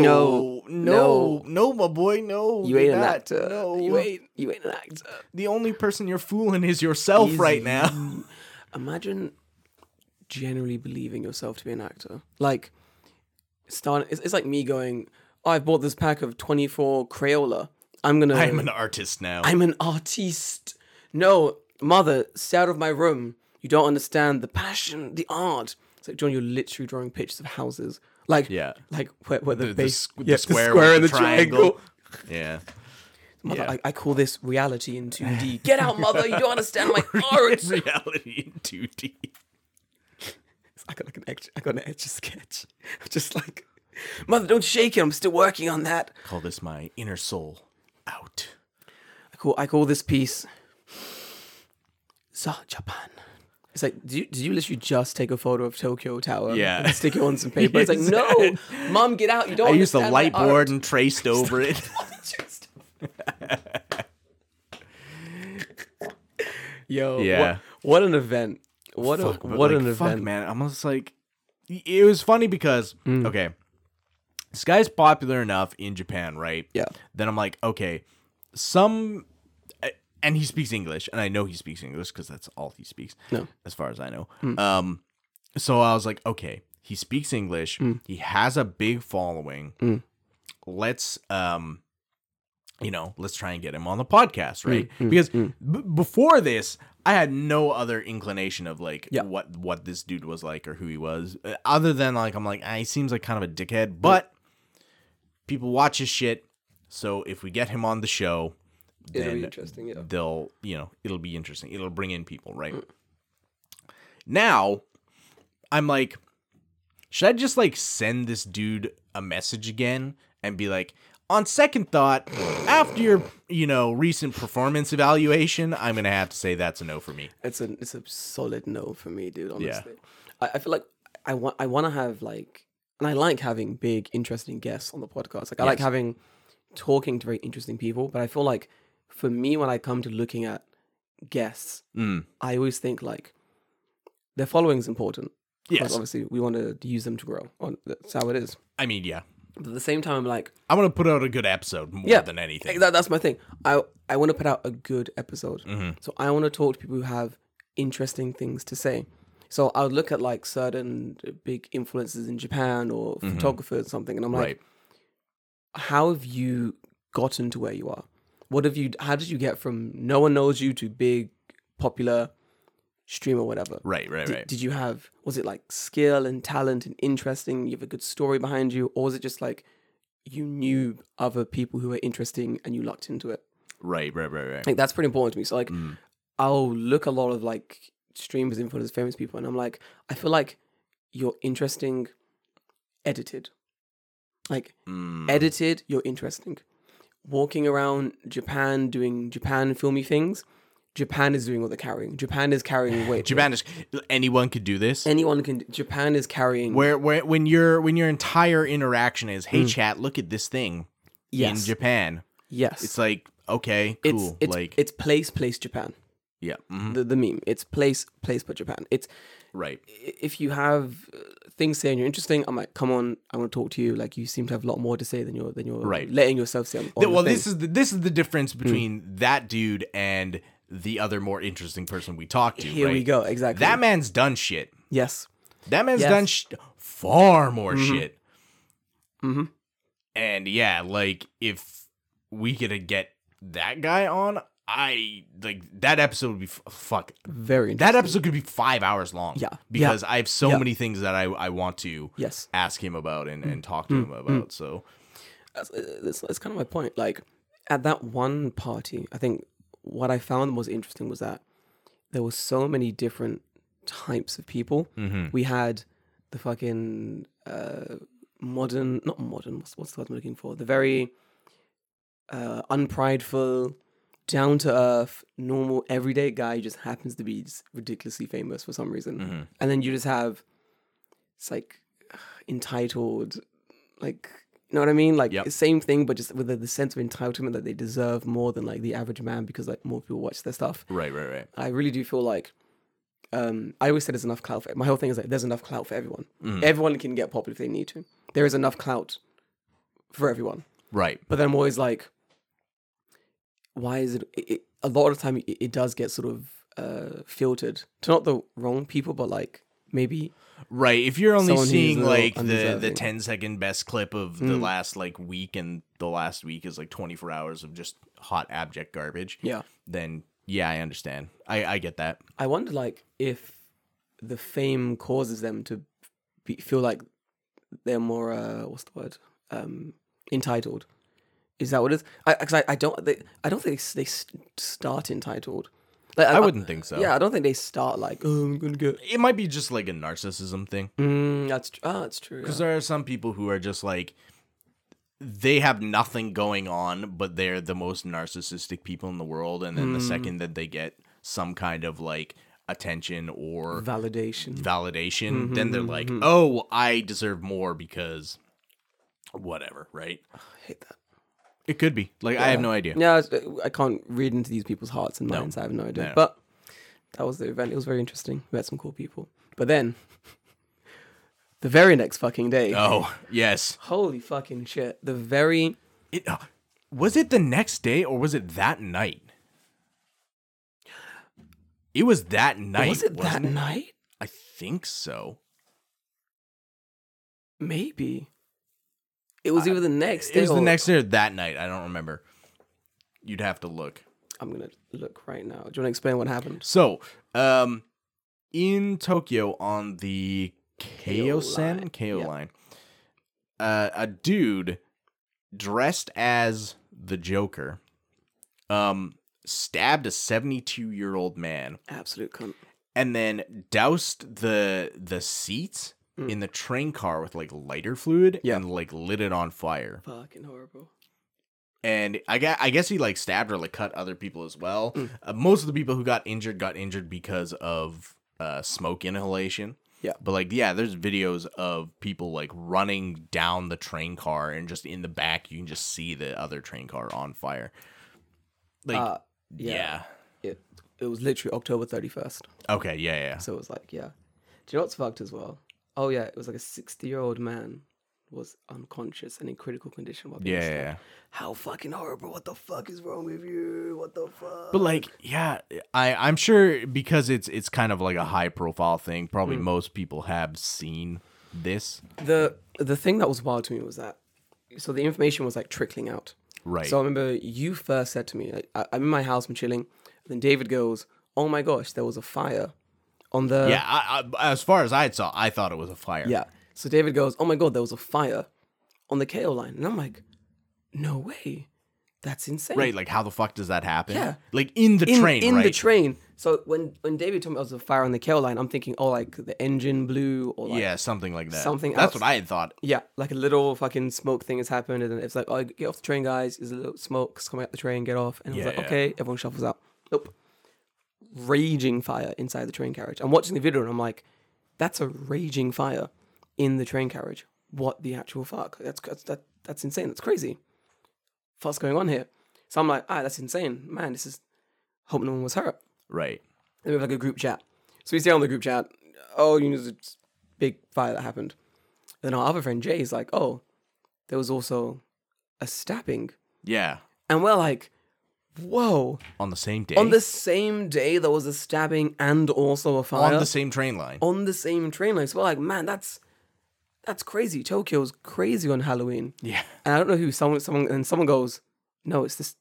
Speaker 1: No.
Speaker 2: no no no my boy no
Speaker 1: You
Speaker 2: do
Speaker 1: ain't an
Speaker 2: not.
Speaker 1: actor.
Speaker 2: no
Speaker 1: You ain't. You ain't an actor.
Speaker 2: the only person you're fooling is yourself
Speaker 1: Is
Speaker 2: right now
Speaker 1: you- Imagine generally believing yourself to be an actor. Like, start. It's, it's like me going. Oh, I bought this pack of twenty four Crayola. I'm gonna.
Speaker 2: i'm an artist now
Speaker 1: I'm an artiste. No, mother, stay out of my room. You don't understand the passion, the art. It's like, John, you're literally drawing pictures of houses. Like,
Speaker 2: Yeah.
Speaker 1: like where, where the,
Speaker 2: the, the,
Speaker 1: base,
Speaker 2: squ-
Speaker 1: yeah,
Speaker 2: the square, with the triangle. yeah
Speaker 1: Mother,
Speaker 2: Yeah.
Speaker 1: I, I call this reality in 2D. Get out, mother. You don't understand my art.
Speaker 2: reality in 2D.
Speaker 1: I got like an etch, I got an etch a sketch. Just like, mother, don't shake it. I'm still working on that.
Speaker 2: Call this my inner soul out.
Speaker 1: I call, I call this piece. Za Japan. It's like, do you, did you literally just take a photo of Tokyo Tower?
Speaker 2: Yeah.
Speaker 1: And stick it on some paper. It's like, no, mom, get out. You don't.
Speaker 2: I used the
Speaker 1: understand my
Speaker 2: light
Speaker 1: art."
Speaker 2: board and traced over it.
Speaker 1: Just- Yo.
Speaker 2: Yeah.
Speaker 1: What, what an event. What a
Speaker 2: But,
Speaker 1: what
Speaker 2: like,
Speaker 1: an
Speaker 2: fuck,
Speaker 1: event.
Speaker 2: man. I'm just like, it was funny because
Speaker 1: Hmm.
Speaker 2: okay, this guy's popular enough in Japan, right?
Speaker 1: Yeah.
Speaker 2: Then I'm like, okay, some, I- and he speaks English, and I know he speaks English because that's all he speaks.
Speaker 1: No.
Speaker 2: as far as I know.
Speaker 1: Hmm.
Speaker 2: Um, so I was like, okay, he speaks English.
Speaker 1: Hmm.
Speaker 2: He has a big following. Let's um. You know, let's try and get him on the podcast,
Speaker 1: Hmm.
Speaker 2: right? because b- before this, I had no other inclination of like
Speaker 1: Yeah.
Speaker 2: what what this dude was like or who he was, uh, other than like I'm like ah, he seems like kind of a dickhead, but people watch his shit. So if we get him on the show,
Speaker 1: It'll be
Speaker 2: then
Speaker 1: interesting. Yeah.
Speaker 2: they'll you know it'll be interesting it'll bring in people right now i'm like should i just like send this dude a message again and be like on second thought after your you know recent performance evaluation i'm gonna have to say that's a no for me
Speaker 1: It's a it's a solid no for me, dude. Honestly, I, I feel like I want I want to have like, and I like having big, interesting guests on the podcast. Like I like
Speaker 2: Yes.
Speaker 1: having talking to very interesting people. But I feel like for me, when I come to looking at guests,
Speaker 2: mm.
Speaker 1: I always think like their following is important. 'Cause
Speaker 2: yes
Speaker 1: obviously we want to use them to grow. On that's how it is.
Speaker 2: i mean yeah
Speaker 1: But at the same time, I'm like,
Speaker 2: i want to put out a good episode more
Speaker 1: Yeah.
Speaker 2: than
Speaker 1: Like,
Speaker 2: anything
Speaker 1: that, that's my thing. I I want to put out a good episode.
Speaker 2: Mm-hmm.
Speaker 1: So I want to talk to people who have interesting things to say. So I'll look at like certain big influences in Japan or photographers or something, and I'm like,
Speaker 2: Mm-hmm. right
Speaker 1: how have you gotten to where you are? What have you? How did you get from no one knows you to big, popular streamer, whatever?
Speaker 2: right right
Speaker 1: Did,
Speaker 2: right
Speaker 1: did you have? Was it like skill and talent and interesting? You have a good story behind you, or was it just like you knew other people who were interesting and you lucked into it?
Speaker 2: right right right right
Speaker 1: like that's pretty important to me. So like
Speaker 2: Mm.
Speaker 1: I'll look a lot of like streamers, influencers, famous people, and I'm like, I feel like you're interesting edited. Like
Speaker 2: Mm.
Speaker 1: edited, you're interesting. Walking around Japan doing Japan filmy things, Japan is doing what they're carrying. Japan is carrying weight.
Speaker 2: japan is anyone could do this
Speaker 1: Anyone can Japan is carrying
Speaker 2: where where when your when your entire interaction is hey chat look at this thing
Speaker 1: Mm. Yes.
Speaker 2: in Japan
Speaker 1: yes.
Speaker 2: it's like okay
Speaker 1: it's
Speaker 2: cool
Speaker 1: it's,
Speaker 2: like
Speaker 1: it's place place Japan.
Speaker 2: yeah mhm,
Speaker 1: The the meme. It's place place but Japan. It's
Speaker 2: right
Speaker 1: i- if you have uh, things saying you're interesting, I'm like, come on, I want to talk to you. Like you seem to have a lot more to say than you're than you're
Speaker 2: Right.
Speaker 1: letting yourself say. On, on
Speaker 2: Th-
Speaker 1: the Mm.
Speaker 2: well
Speaker 1: thing.
Speaker 2: this is the, this is the difference between that dude and the other more interesting person we talked to
Speaker 1: here we
Speaker 2: right?
Speaker 1: go exactly.
Speaker 2: that man's done shit
Speaker 1: yes,
Speaker 2: that man's
Speaker 1: Yes. Mm-hmm.
Speaker 2: done sh- far more shit and yeah like if we could get that guy on I like that episode would be f- fuck
Speaker 1: very interesting.
Speaker 2: That episode could be five hours long.
Speaker 1: Yeah.
Speaker 2: Because I have so
Speaker 1: Yeah.
Speaker 2: many things that I, I want to
Speaker 1: yes,
Speaker 2: ask him about and, and talk to
Speaker 1: Mm.
Speaker 2: him about. So
Speaker 1: that's, uh, that's, that's kind of my point. Like at that one party, I think what I found was interesting was that there were so many different types of people.
Speaker 2: Hmm.
Speaker 1: We had the fucking uh, modern, not modern. What's, what's the word I'm looking for? The very uh, unprideful, down to earth, normal, everyday guy who just happens to be just ridiculously famous for some reason. And then you just have it's like entitled, like you know what I mean? Like
Speaker 2: Yep.
Speaker 1: same thing, but just with the, the sense of entitlement that they deserve more than like the average man because like more people watch their stuff.
Speaker 2: Right, right, right.
Speaker 1: I really do feel like um, I always said there's enough clout. For, my whole thing is like there's enough clout for everyone. Everyone can get popular if they need to. There is enough clout for everyone.
Speaker 2: Right.
Speaker 1: But then I'm always like, why is it? it, it a lot of the time, it, it does get sort of uh, filtered to not the wrong people, but like maybe
Speaker 2: Right. If you're only
Speaker 1: Someone who's
Speaker 2: seeing
Speaker 1: a little
Speaker 2: like the, the
Speaker 1: undeserving. Mm.
Speaker 2: 10 second best clip of the last like week and the last week is like 24 hours of just hot abject garbage,
Speaker 1: yeah.
Speaker 2: then yeah, I understand. I, I get that.
Speaker 1: I wonder like if the fame causes them to be, feel like they're more uh, what's the word um, entitled. Is that what it is? I, cause I, I don't they, I don't think they, s- they s- start entitled. Like
Speaker 2: I wouldn't think so.
Speaker 1: Yeah, I don't think they start like oh I'm gonna get.
Speaker 2: It might be just like a narcissism thing.
Speaker 1: Mm, that's tr- ah that's true. yeah.
Speaker 2: Because there are some people who are just like they have nothing going on, but they're the most narcissistic people in the world. And then the second that they get some kind of like attention or
Speaker 1: Validation.
Speaker 2: validation, then they're like, oh, I deserve more because whatever, right?
Speaker 1: I hate that.
Speaker 2: It could be. Like, I have no idea.
Speaker 1: Yeah, it's- I can't read into these people's hearts and minds. I have no idea.
Speaker 2: No.
Speaker 1: But that was the event. It was very interesting. We had some cool people. But then, the very next fucking day,
Speaker 2: Oh, yes.
Speaker 1: holy fucking shit! The very
Speaker 2: It, uh, was it the next day or was it that night? It was that night.
Speaker 1: was it that
Speaker 2: wasn't
Speaker 1: night?
Speaker 2: I think so.
Speaker 1: Maybe it was either the next day.
Speaker 2: It was the
Speaker 1: or-
Speaker 2: next day or that night. I don't remember. You'd have to look.
Speaker 1: I'm gonna look right now. Do you want to explain what happened?
Speaker 2: So, um, in Tokyo on the
Speaker 1: KO
Speaker 2: Kyosen
Speaker 1: line.
Speaker 2: KO
Speaker 1: Yep.
Speaker 2: line, uh, a dude dressed as the Joker, um, stabbed a seventy-two-year-old man
Speaker 1: Absolute cunt.
Speaker 2: and then doused the the seats in the train car with like lighter fluid
Speaker 1: Hmm. Yeah.
Speaker 2: and like lit it on fire.
Speaker 1: Fucking horrible.
Speaker 2: and I guess, I guess he like stabbed or like cut other people as well.
Speaker 1: Mm.
Speaker 2: Uh, most of the people who got injured got injured because of uh, smoke inhalation.
Speaker 1: Yeah.
Speaker 2: but like yeah, there's videos of people like running down the train car and just in the back you can just see the other train car on fire. Like
Speaker 1: Uh,
Speaker 2: yeah.
Speaker 1: It it was literally October 31st.
Speaker 2: okay, yeah, yeah.
Speaker 1: So it was like, yeah. Do you know what's fucked as well? Oh yeah, it was like a sixty-year-old man was unconscious and in critical condition while being
Speaker 2: Yeah, yeah,
Speaker 1: stabbed.
Speaker 2: yeah.
Speaker 1: How fucking horrible! What the fuck is wrong with you? What the fuck?
Speaker 2: But like, yeah, I I'm sure because it's it's kind of like a high profile thing. Probably
Speaker 1: Mm.
Speaker 2: most people have seen this,
Speaker 1: the the thing that was wild to me was that so the information was like trickling out.
Speaker 2: right?
Speaker 1: So I remember you first said to me, like, I, "I'm in my house, I'm chilling." And then David goes, "Oh my gosh, there was a fire on the
Speaker 2: yeah, I, I, as far as I saw, I thought it was a fire.
Speaker 1: Yeah. So David goes, Oh my God, there was a fire on the KO line. And I'm like, No way. That's insane.
Speaker 2: Right, like how the fuck does that happen?
Speaker 1: Yeah.
Speaker 2: Like in the
Speaker 1: In,
Speaker 2: train,
Speaker 1: in
Speaker 2: right?
Speaker 1: the train. So when, when David told me there was a fire on the KO line, I'm thinking, Oh, like the engine blew or like.
Speaker 2: yeah, something like that.
Speaker 1: Something
Speaker 2: That's
Speaker 1: else.
Speaker 2: what I had thought.
Speaker 1: Yeah, like a little fucking smoke thing has happened, and then it's like, oh, get off the train, guys. There's a little smoke coming out the train, get off. And I was
Speaker 2: Yeah,
Speaker 1: like,
Speaker 2: yeah.
Speaker 1: okay, everyone shuffles out. Nope. Raging fire inside the train carriage. I'm watching the video and I'm like, that's a raging fire in the train carriage. What the actual fuck? That's that's that, that's insane. That's crazy. Fuck's going on here? So I'm like, ah, that's insane, man. This is. Hope no one was hurt.
Speaker 2: Right.
Speaker 1: Then we have like a group chat. So we say on the group chat, oh, you know, there's a big fire that happened. Then our other friend Jay is like, oh, there was also a stabbing.
Speaker 2: Yeah.
Speaker 1: And we're like, whoa.
Speaker 2: On the same day.
Speaker 1: On the same day, there was a stabbing and also a
Speaker 2: on
Speaker 1: fire
Speaker 2: the same train line.
Speaker 1: on the same train line. So we're like, man, that's that's crazy. Tokyo's crazy on Halloween.
Speaker 2: Yeah.
Speaker 1: And I don't know who someone someone and someone goes, no, it's this,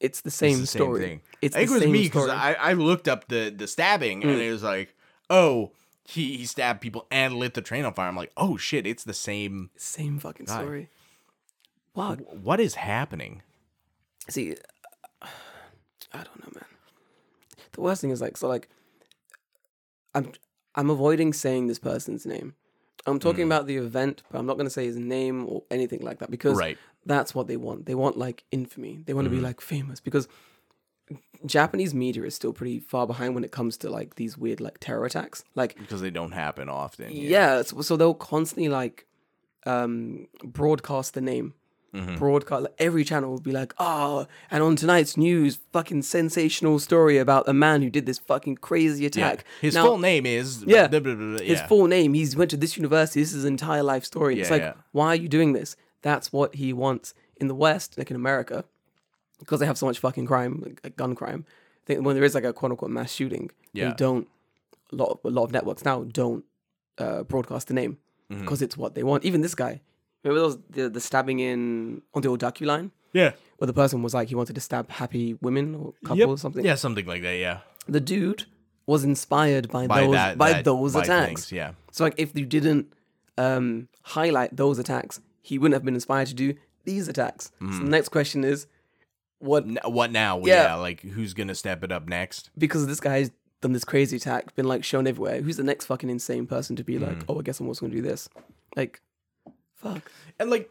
Speaker 1: it's the same
Speaker 2: It's the same
Speaker 1: story.
Speaker 2: thing.
Speaker 1: It's
Speaker 2: I think
Speaker 1: the
Speaker 2: it was
Speaker 1: same
Speaker 2: me because
Speaker 1: story. Mm.
Speaker 2: I, I looked up the the stabbing and it was like, oh, he, he stabbed people and lit the train on fire. I'm like, oh shit, it's the same.
Speaker 1: same fucking story. Wow,
Speaker 2: What is happening?
Speaker 1: see i don't know man the worst thing is like so like i'm I'm avoiding saying this person's name. I'm talking about the event, but I'm not going to say his name or anything like that because
Speaker 2: Right.
Speaker 1: that's what they want. They want like infamy. They want to be like famous because Japanese media is still pretty far behind when it comes to like these weird like terror attacks. Like
Speaker 2: because they don't happen often.
Speaker 1: yeah, so, so they'll constantly like um broadcast the name.
Speaker 2: Mm-hmm.
Speaker 1: Broadcast like, every channel will be like, oh, and on tonight's news, fucking sensational story about a man who did this fucking crazy
Speaker 2: Yeah.
Speaker 1: attack.
Speaker 2: His
Speaker 1: Now-
Speaker 2: full name is
Speaker 1: Yeah.
Speaker 2: blah, blah, blah, blah,
Speaker 1: his
Speaker 2: yeah.
Speaker 1: full name. He's went to this university. This is his entire life story. it's
Speaker 2: Yeah,
Speaker 1: like,
Speaker 2: yeah.
Speaker 1: why are you doing this? That's what he wants in the West, like in America, because they have so much fucking crime, like, like gun crime. I think when there is like a quote unquote mass shooting,
Speaker 2: Yeah.
Speaker 1: they don't. A lot, of, a lot of networks now don't uh, broadcast the name
Speaker 2: Mm-hmm.
Speaker 1: because it's what they want. Even this guy, remember those the, the stabbing in on the Odaku line,
Speaker 2: yeah.
Speaker 1: where the person was like he wanted to stab happy women or couple
Speaker 2: Yep.
Speaker 1: or something.
Speaker 2: Yeah, something like that. Yeah.
Speaker 1: The dude was inspired by,
Speaker 2: By
Speaker 1: those
Speaker 2: that,
Speaker 1: by
Speaker 2: that-
Speaker 1: those
Speaker 2: by
Speaker 1: attacks.
Speaker 2: things, yeah.
Speaker 1: So like if you didn't um, highlight those attacks, he wouldn't have been inspired to do these attacks. So
Speaker 2: Hmm.
Speaker 1: the next question is what
Speaker 2: N- what now? Yeah.
Speaker 1: Yeah.
Speaker 2: Like who's gonna step it up next?
Speaker 1: because this guy's done this crazy attack, been like shown everywhere, who's the next fucking insane person to be like,
Speaker 2: Hmm.
Speaker 1: Oh, I guess I'm also gonna do this? Like fuck.
Speaker 2: And like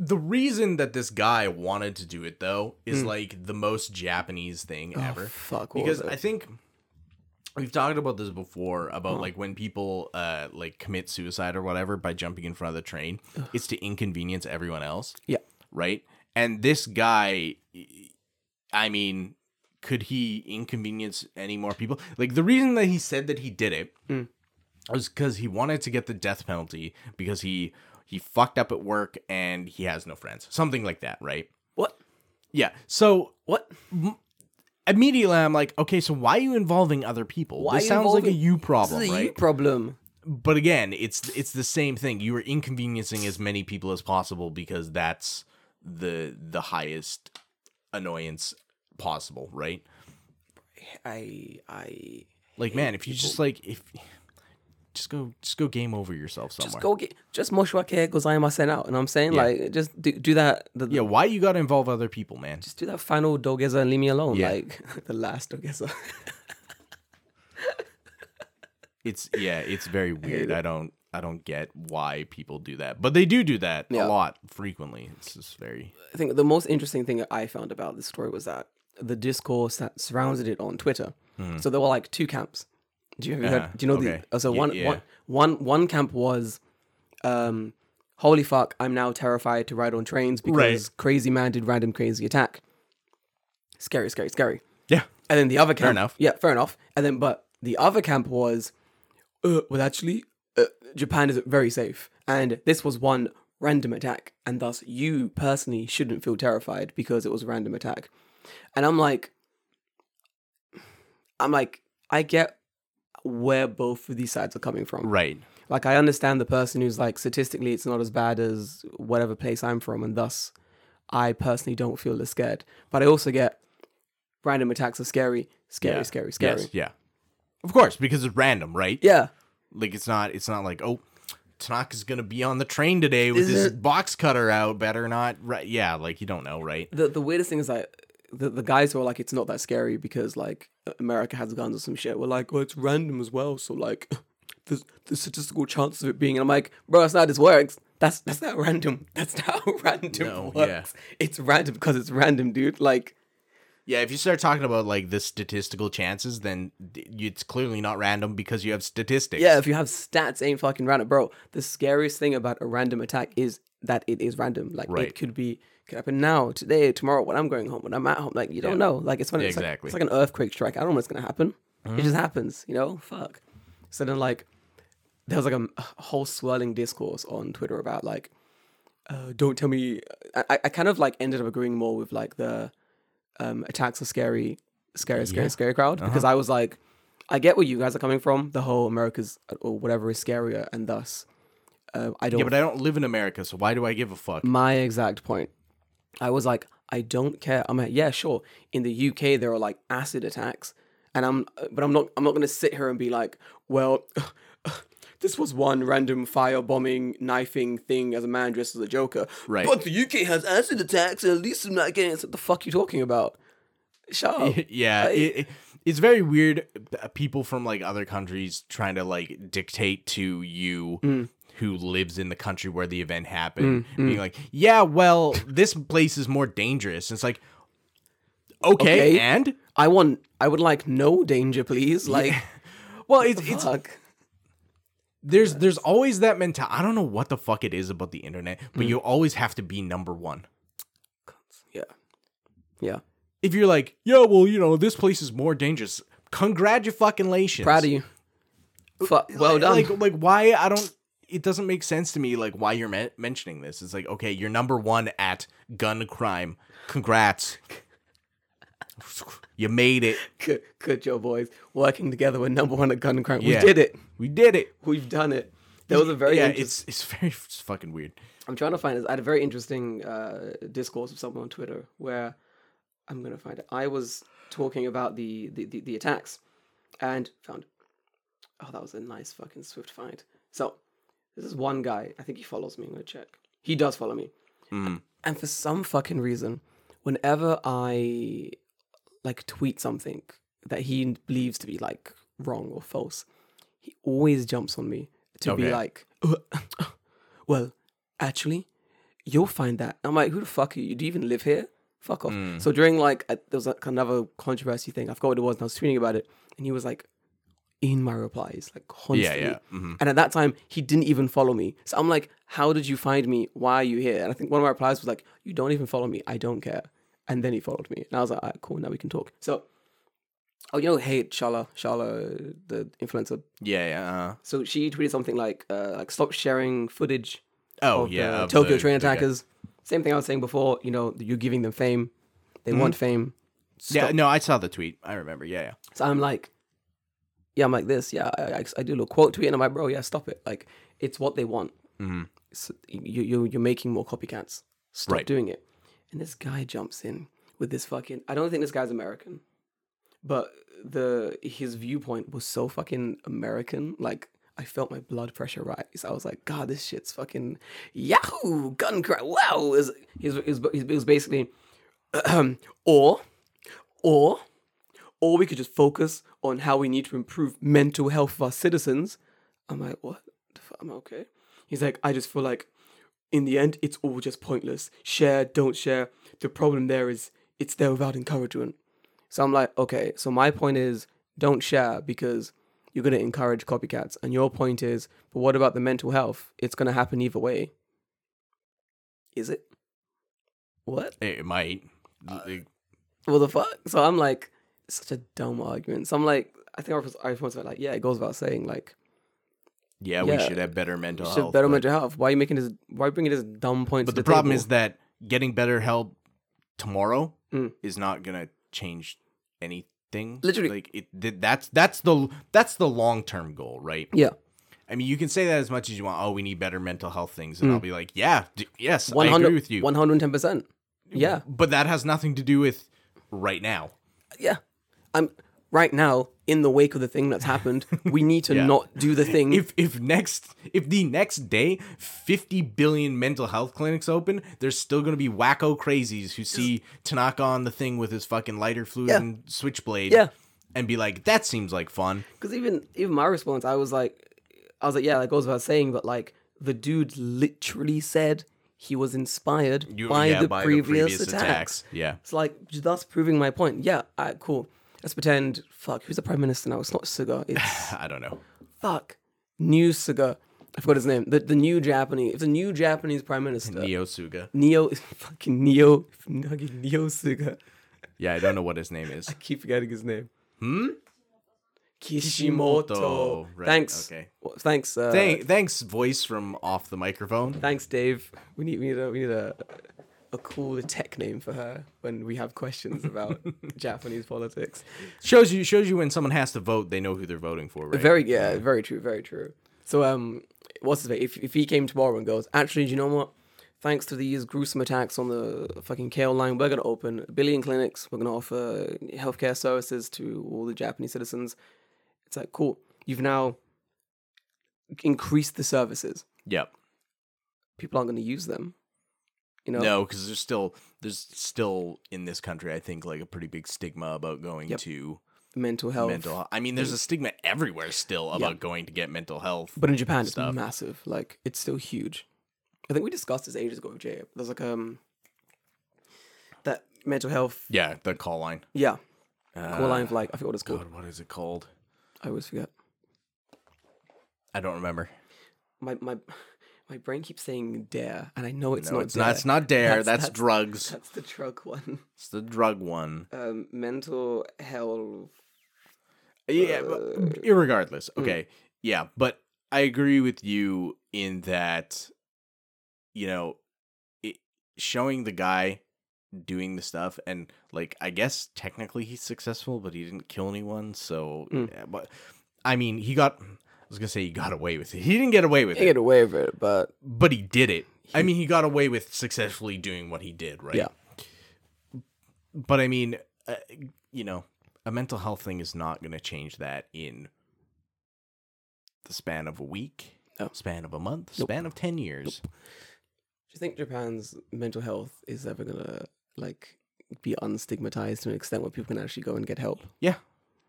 Speaker 2: the reason that this guy wanted to do it though
Speaker 1: Hmm.
Speaker 2: is like the most Japanese thing
Speaker 1: Oh,
Speaker 2: ever.
Speaker 1: Fuck what was it?
Speaker 2: because I think we've talked about this before about like when people uh like commit suicide or whatever by jumping in front of the train, it's to inconvenience everyone else,
Speaker 1: Yeah.
Speaker 2: right? And this guy, e, I mean, could he inconvenience any more people? Like the reason that he said that he did it
Speaker 1: Hmm.
Speaker 2: was because he wanted to get the death penalty because he he fucked up at work and he has no friends, something like that, right?
Speaker 1: What?
Speaker 2: Yeah. So
Speaker 1: What?
Speaker 2: immediately I'm like, okay, so why are you involving other people?
Speaker 1: Why are
Speaker 2: this
Speaker 1: you
Speaker 2: sounds like a
Speaker 1: involving-
Speaker 2: you
Speaker 1: This
Speaker 2: problem,
Speaker 1: is a
Speaker 2: right?
Speaker 1: you problem.
Speaker 2: But again, it's it's the same thing. You are inconveniencing as many people as possible because that's the the highest annoyance possible, right?
Speaker 1: I I
Speaker 2: Like, man, if you just like if just go just go game over yourself somewhere.
Speaker 1: just go get just Moshua Ke Gozaima sent out. And I'm saying like just do, do that the,
Speaker 2: yeah, why you gotta involve other people, man?
Speaker 1: just do that final dogeza and leave me alone.
Speaker 2: Yeah.
Speaker 1: Like the last dogeza.
Speaker 2: It's yeah, it's very weird. I don't I don't get why people do that, but they do do that
Speaker 1: Yeah.
Speaker 2: a lot frequently. It's just very
Speaker 1: I think the most interesting thing that I found about this story was that the discourse that surrounded it on Twitter. So there were like two camps. Do you have you
Speaker 2: Hmm. Uh-huh.
Speaker 1: heard, do you know
Speaker 2: Okay.
Speaker 1: the uh, so
Speaker 2: Ye-
Speaker 1: one
Speaker 2: yeah.
Speaker 1: one- one- one camp was um holy fuck I'm now terrified to ride on trains because
Speaker 2: Right.
Speaker 1: crazy man did random crazy attack. Scary, scary, scary.
Speaker 2: yeah.
Speaker 1: And then the other camp,
Speaker 2: enough.
Speaker 1: yeah, fair enough. And then, but the other camp was, uh, well, actually, uh, Japan is very safe, and this was one random attack, and thus you personally shouldn't feel terrified because it was a random attack. And I'm like, I'm like, I get where both of these sides are coming from.
Speaker 2: Right.
Speaker 1: Like I understand the person who's like statistically it's not as bad as whatever place I'm from and thus I personally don't feel as scared. But I also get random attacks are scary, scary,
Speaker 2: Yeah.
Speaker 1: scary, scary.
Speaker 2: Yes, yeah. Of course, because it's random, right?
Speaker 1: Yeah.
Speaker 2: Like it's not it's not like, oh, Tanaka's gonna be on the train today with
Speaker 1: Is
Speaker 2: his
Speaker 1: it-
Speaker 2: box cutter out, better not right yeah, like you don't know, right?
Speaker 1: The the weirdest thing is like the, the guys who are like it's not that scary because like America has guns or some shit were like, well it's random as well, so like the the statistical chance of it being and I'm like, bro, that's not how this works. That's that's not random. That's not how random
Speaker 2: No, yeah.
Speaker 1: works. It's random because it's random, dude. Like
Speaker 2: Yeah, if you start talking about like the statistical chances, then d- it's clearly not random because you have statistics.
Speaker 1: Yeah, if you have stats, ain't fucking random, bro. The scariest thing about a random attack is that it is random. Like
Speaker 2: Right.
Speaker 1: it could be could happen now, today, tomorrow, when I'm going home, when I'm at home. Like you don't know. Like it's funny.
Speaker 2: Yeah,
Speaker 1: it's like-
Speaker 2: exactly. Mm-hmm.
Speaker 1: it's like an earthquake strike. I don't know what's gonna happen. It just happens. You know. Fuck. So then, like, there was like a, a whole swirling discourse on Twitter about like, uh, don't tell me. uh, I- I, I kind of like ended up agreeing more with like the um, attacks are scary, scary, scary, scary crowd because
Speaker 2: Uh-huh.
Speaker 1: I was like, I get where you guys are coming from. The whole America's uh, or whatever is scarier, and thus, uh, I don't.
Speaker 2: Yeah, but I don't live in America, so why do I give a fuck?
Speaker 1: my exact point. I was like, I don't care. I'm like, yeah, sure. In the UK, there are like acid attacks, and I'm, but I'm not, I'm not gonna sit here and be like, well. This was one random firebombing, knifing thing as a man dressed as a Joker.
Speaker 2: Right.
Speaker 1: But the UK has acid attacks, and at least I'm not getting. It's like, the fuck you talking about? Shut up.
Speaker 2: yeah, it, it- it's very weird uh, people from like other countries trying to like dictate to you
Speaker 1: Mm.
Speaker 2: who lives in the country where the event happened being like yeah well this place is more dangerous it's like okay,
Speaker 1: Okay.
Speaker 2: and
Speaker 1: I want. I would like no danger, please. Like,
Speaker 2: well it's it's
Speaker 1: fuck.
Speaker 2: there's there's always that mental I don't know what the fuck it is about the internet
Speaker 1: Mm.
Speaker 2: but you always have to be number 1
Speaker 1: Yeah. Yeah.
Speaker 2: if you're like yeah well you know this place is more dangerous congratulations
Speaker 1: Proud of you. Fuck. Well
Speaker 2: like,
Speaker 1: done.
Speaker 2: Like, like why I don't. It doesn't make sense to me. Like why you're men- mentioning this. It's like okay, you're number one at gun crime. Congrats. you made it.
Speaker 1: good, good job, boys. Working together, we're number one at gun crime.
Speaker 2: Yeah.
Speaker 1: We did it.
Speaker 2: We did it.
Speaker 1: We've done it. There was a very
Speaker 2: yeah.
Speaker 1: interest-
Speaker 2: It's it's very it's fucking weird.
Speaker 1: I'm trying to find this. I had a very interesting uh, discourse with someone on Twitter where I'm going to find it. I was talking about the, the, the, the attacks and found. Oh, that was a nice fucking swift find. So, this is one guy. I think he follows me. I'm going to check. He does follow me. And for some fucking reason, whenever I like tweet something that he believes to be like wrong or false, he always jumps on me to be
Speaker 2: Okay.
Speaker 1: like, "Uh, well, actually, you'll find that. I'm like, who the fuck are you? Do you even live here? Fuck off.
Speaker 2: Mm.
Speaker 1: So during like, a, there was like another controversy thing. I forgot what it was, and I was tweeting about it, and he was like, in my replies, like
Speaker 2: Yeah,
Speaker 1: constantly.
Speaker 2: yeah. mhm.
Speaker 1: And at that time, he didn't even follow me. So I'm like, how did you find me? Why are you here? And I think one of my replies was like, you don't even follow me. I don't care. And then he followed me. And I was like, all right, cool. Now we can talk. So, oh, you know, hey, Shala, Shala, the influencer.
Speaker 2: Yeah, yeah. Uh,
Speaker 1: So she tweeted something like, uh, like stop sharing footage
Speaker 2: oh,
Speaker 1: of
Speaker 2: yeah.
Speaker 1: the
Speaker 2: of
Speaker 1: Tokyo
Speaker 2: the-
Speaker 1: train
Speaker 2: the guy.
Speaker 1: attackers. Same thing I was saying before. You know, you're giving them fame. They
Speaker 2: Mhm.
Speaker 1: want fame.
Speaker 2: Yeah. No, I saw the tweet. I remember. Yeah, yeah.
Speaker 1: So I'm like, yeah, I'm like this. Yeah, I, I, I do a little quote tweet, and I'm like, bro, yeah, stop it. Like, it's what they want. So you, you, you're making more copycats. Stop
Speaker 2: Right.
Speaker 1: doing it. And this guy jumps in with this fucking. I don't think this guy's American, but the his viewpoint was so fucking American. Like I felt my blood pressure rise. I was like, God, this shit's fucking Yahoo gun crime. Wow, is he's he's was basically, or, or, or we could just focus on how we need to improve mental health of our citizens. I'm like, what? The fu- I'm like, okay. He's like, I just feel like in the end, it's all just pointless. Share, don't share. The problem there is it's there without encouragement. So I'm like, okay, so my point is don't share because you're going to encourage copycats. And your point is, but what about the mental health? It's going to happen either way. Is it? What?
Speaker 2: It, it might.
Speaker 1: Uh,
Speaker 2: Like,
Speaker 1: what the fuck? So I'm like, it's such a dumb argument. So I'm like, I think I was, I was like, yeah, it goes without saying, like,
Speaker 2: yeah, we
Speaker 1: yeah,
Speaker 2: should have better mental
Speaker 1: it's
Speaker 2: health.
Speaker 1: better
Speaker 2: but-
Speaker 1: mental health. Why are you making this? Why are you bringing this dumb point?
Speaker 2: But
Speaker 1: to
Speaker 2: the,
Speaker 1: the,
Speaker 2: problem
Speaker 1: table?
Speaker 2: is that getting better help tomorrow
Speaker 1: Mm.
Speaker 2: is not gonna change anything.
Speaker 1: Literally.
Speaker 2: like it. th- That's that's the that's the long term goal, right?
Speaker 1: yeah,
Speaker 2: I mean, you can say that as much as you want. Oh, we need better mental health things, and I'll be like, yeah, d- yes, I agree with you.
Speaker 1: Mm. one hundred and ten percent. Yeah,
Speaker 2: But that has nothing to do with right now.
Speaker 1: yeah. I'm right now in the wake of the thing that's happened. we need to
Speaker 2: Yeah.
Speaker 1: not do the thing.
Speaker 2: If if next if the next day fifty billion mental health clinics open, there's still gonna be wacko crazies who see Tanaka on the thing with his fucking lighter fluid
Speaker 1: Yeah.
Speaker 2: and switchblade,
Speaker 1: Yeah.
Speaker 2: and be like, that seems like fun.
Speaker 1: Because even even my response, I was like, I was like, yeah, that goes without saying, but like the dude literally said he was inspired
Speaker 2: You-
Speaker 1: by,
Speaker 2: yeah,
Speaker 1: the, previous attacks.
Speaker 2: Yeah,
Speaker 1: It's like that's proving my point. Yeah, alright, cool. Let's pretend. Fuck, who's the prime minister now? It's not Suga. It's
Speaker 2: I don't know.
Speaker 1: fuck new Suga. I forgot his name. The the new Japanese. It's a new Japanese prime minister.
Speaker 2: Neo Suga.
Speaker 1: Neo is fucking Neo. Fucking Neo Suga.
Speaker 2: Yeah, I don't know what his name is.
Speaker 1: Keep forgetting his name. Hmm. Kishimoto.
Speaker 2: Kishimoto, right,
Speaker 1: Thanks.
Speaker 2: okay.
Speaker 1: Well, thanks. Uh,
Speaker 2: Thank, thanks, voice from off the microphone.
Speaker 1: Thanks, Dave. We need we need a we need a a cool tech name for her when we have questions about Japanese politics.
Speaker 2: Shows you shows you when someone has to vote, they know who they're voting for, right?
Speaker 1: Very yeah, very true, very true. So um, what's his name? If if he came tomorrow and goes, actually, do you know what? Thanks to these gruesome attacks on the fucking KL line, we're gonna open a billion clinics. We're gonna offer healthcare services to all the Japanese citizens. It's like cool. You've now increased the services.
Speaker 2: Yep.
Speaker 1: People aren't gonna use them. You know.
Speaker 2: No, because there's still there's still in this country, I think, like a pretty big stigma about going to
Speaker 1: mental health.
Speaker 2: mental. I mean, there's a stigma everywhere still about going to get mental health.
Speaker 1: But in Japan, it's
Speaker 2: stuff.
Speaker 1: massive. Like it's still huge. I think we discussed this ages ago, Jay. There's like um that mental health.
Speaker 2: yeah, the call line.
Speaker 1: Yeah,
Speaker 2: Uh,
Speaker 1: call line of like I forget what it's called.
Speaker 2: God, what is it called?
Speaker 1: I always forget.
Speaker 2: I don't remember.
Speaker 1: My my my brain keeps saying dare, and I know it's
Speaker 2: No,
Speaker 1: not.
Speaker 2: it's
Speaker 1: dare.
Speaker 2: not. It's not dare.
Speaker 1: That's-
Speaker 2: That's,
Speaker 1: that's-
Speaker 2: drugs.
Speaker 1: That's the drug one.
Speaker 2: It's the drug one.
Speaker 1: Um, mental health. uh,
Speaker 2: Yeah, but irregardless. Mm. Okay. Yeah, but I agree with you in that, you know, it, showing the guy doing the stuff and like I guess technically he's successful, but he didn't kill anyone. So,
Speaker 1: Mm.
Speaker 2: yeah, but I mean, he got. I was gonna say he got away with it. He didn't get away with
Speaker 1: They
Speaker 2: it,
Speaker 1: get away with it, but
Speaker 2: but he did it. I
Speaker 1: He-
Speaker 2: mean, he got away with successfully doing what he did, right?
Speaker 1: Yeah.
Speaker 2: But I mean, uh, you know, a mental health thing is not going to change that in the span of a week,
Speaker 1: No.
Speaker 2: span of a month,
Speaker 1: Nope.
Speaker 2: span of 10 years.
Speaker 1: do you think Japan's mental health is ever gonna like be unstigmatized to an extent where people can actually go and get help?
Speaker 2: Yeah.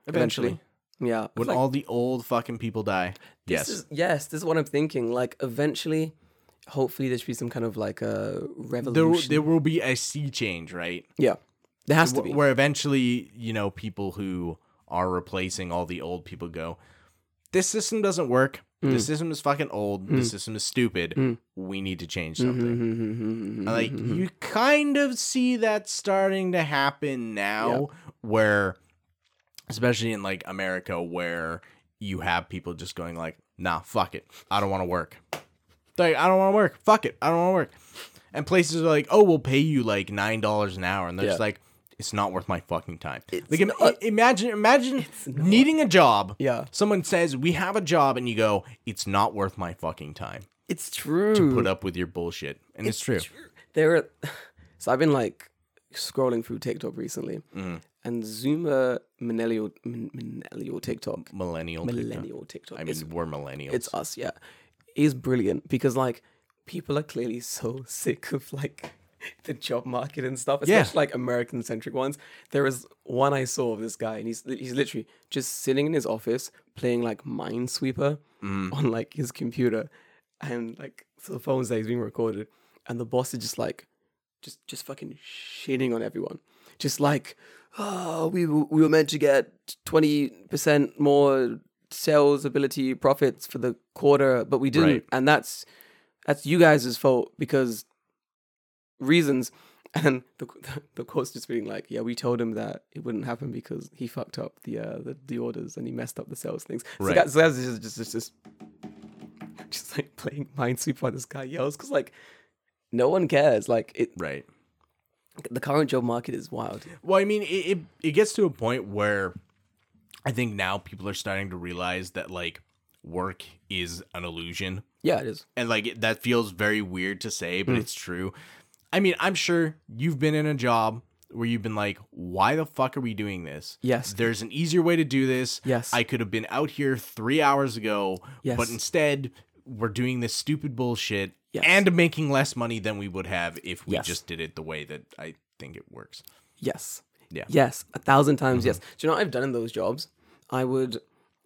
Speaker 1: Eventually. Yeah,
Speaker 2: When
Speaker 1: like-
Speaker 2: all the old fucking people die. Yes.
Speaker 1: This is, yes, this is what I'm thinking. Like, eventually, hopefully, there should be some kind of like a
Speaker 2: there,
Speaker 1: revolution.
Speaker 2: will- there will be a sea change, right?
Speaker 1: yeah, there has to
Speaker 2: Wh-
Speaker 1: be.
Speaker 2: Where eventually, you know, people who are replacing all the old people go, this system doesn't work. The
Speaker 1: Mm.
Speaker 2: system is fucking old. The system is stupid. We need to change
Speaker 1: Mm-hmm.
Speaker 2: something. like you kind of see that starting to happen now where especially in like america where you have people just going like nah fuck it i don't want to work like i don't want to work fuck it i don't want to work and places are like oh we'll pay you like nine dollars an hour and they're just
Speaker 1: Yeah.
Speaker 2: like it's not worth my fucking time
Speaker 1: It's
Speaker 2: like im-
Speaker 1: not-
Speaker 2: imagine imagine needing a job
Speaker 1: Yeah.
Speaker 2: someone says we have a job and you go it's not worth my fucking time
Speaker 1: it's true.
Speaker 2: put up with your bullshit and it's, true.
Speaker 1: There are. So I've been like scrolling through TikTok recently,
Speaker 2: Mm.
Speaker 1: and Zoomer millennial min- millennial TikTok,
Speaker 2: millennial TikTok.
Speaker 1: millennial TikTok.
Speaker 2: I mean,
Speaker 1: it's,
Speaker 2: we're millennials.
Speaker 1: it's us. Yeah, is brilliant because like people are clearly so sick of like. The job market and stuff,
Speaker 2: Yeah.
Speaker 1: especially like American centric ones. There is one I saw of this guy, and he's he's literally just sitting in his office playing like Minesweeper on like his computer, and like so the phone's there, he's being recorded, and the boss is just like, just just fucking shitting on everyone, just like, oh, we w- we were meant to get twenty percent more sales ability profits for the quarter, but we didn't,
Speaker 2: Right.
Speaker 1: and that's that's you guys' fault because reasons. And the the, the court's just being like, yeah, we told him that it wouldn't happen because he fucked up the uh, the, the orders and he messed up the sales things. So
Speaker 2: Right.
Speaker 1: that, so that's just just just, just just like playing Minesweeper while this guy yells because like no one cares. Like it,
Speaker 2: right.
Speaker 1: the current job market is wild.
Speaker 2: Well, I mean, it, it it gets to a point where I think now people are starting to realize that like work is an illusion,
Speaker 1: Yeah, it is.
Speaker 2: and like it, that feels very weird to say, but it's true. I mean, I'm sure you've been in a job where you've been like, "Why the fuck are we doing this?"
Speaker 1: Yes.
Speaker 2: There's an easier way to do this.
Speaker 1: Yes.
Speaker 2: I could have been out here three hours ago,
Speaker 1: Yes.
Speaker 2: but instead we're doing this stupid bullshit
Speaker 1: Yes.
Speaker 2: and making less money than we would have if we
Speaker 1: Yes.
Speaker 2: just did it the way that I think it works.
Speaker 1: Yes.
Speaker 2: Yeah.
Speaker 1: Yes, a thousand times yes. Do you know what I've done in those jobs? I would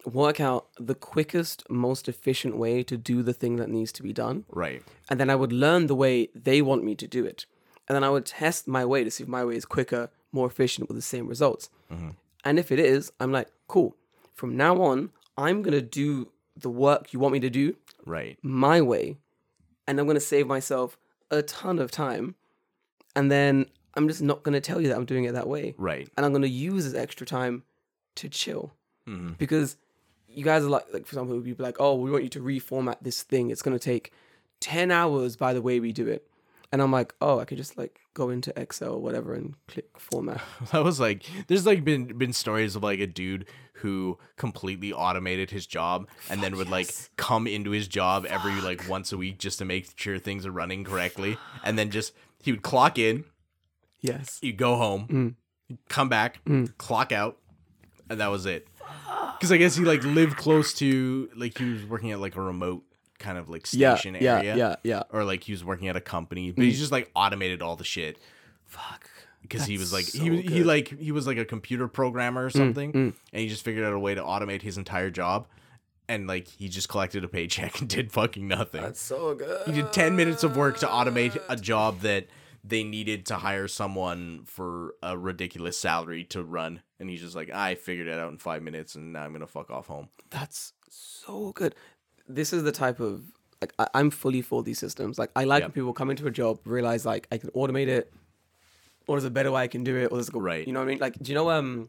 Speaker 1: work out the quickest, most efficient way to do the thing that needs to be done.
Speaker 2: Right.
Speaker 1: and then I would learn the way they want me to do it. And then I would test my way to see if my way is quicker, more efficient with the same results. And if it is, I'm like, cool. From now on, I'm going to do the work you want me to do
Speaker 2: Right.
Speaker 1: my way. And I'm going to save myself a ton of time. And then I'm just not going to tell you that I'm doing it that way.
Speaker 2: Right.
Speaker 1: And I'm going to use this extra time to chill. Mm-hmm. Because you guys are like, like for example, people are like, oh, we want you to reformat this thing. It's going to take 10 hours by the way we do it. And I'm like, oh, I could just like go into Excel or whatever and click format.
Speaker 2: I was like, there's like been been stories of like a dude who completely automated his job and then would like come into his job every like once a week just to make sure things are running correctly, and then just he would clock in,
Speaker 1: Yes.
Speaker 2: you go home,
Speaker 1: Mm.
Speaker 2: come back, clock out, and that was it. Because I guess he like lived close to like he was working at like a remote kind of like station area,
Speaker 1: yeah. Mm.
Speaker 2: or like he was working at a company, but he's just like automated all the shit.
Speaker 1: Fuck.
Speaker 2: because he was like
Speaker 1: so
Speaker 2: he he
Speaker 1: good.
Speaker 2: like he was like a computer programmer
Speaker 1: Mm,
Speaker 2: or something, and he just figured out a way to automate his entire job, and like he just collected a paycheck and did fucking nothing.
Speaker 1: That's so good.
Speaker 2: he did ten minutes of work to automate a job that they needed to hire someone for a ridiculous salary to run, and he's just like, I figured it out in five minutes, and now I'm gonna fuck off home.
Speaker 1: That's so good. This is the type of like I, I'm fully for these systems. Like I like
Speaker 2: Yep.
Speaker 1: when people come into a job, realize like I can automate it, or there's a better way I can do it, or there's a
Speaker 2: Right.
Speaker 1: You know what I mean? Like do you know um,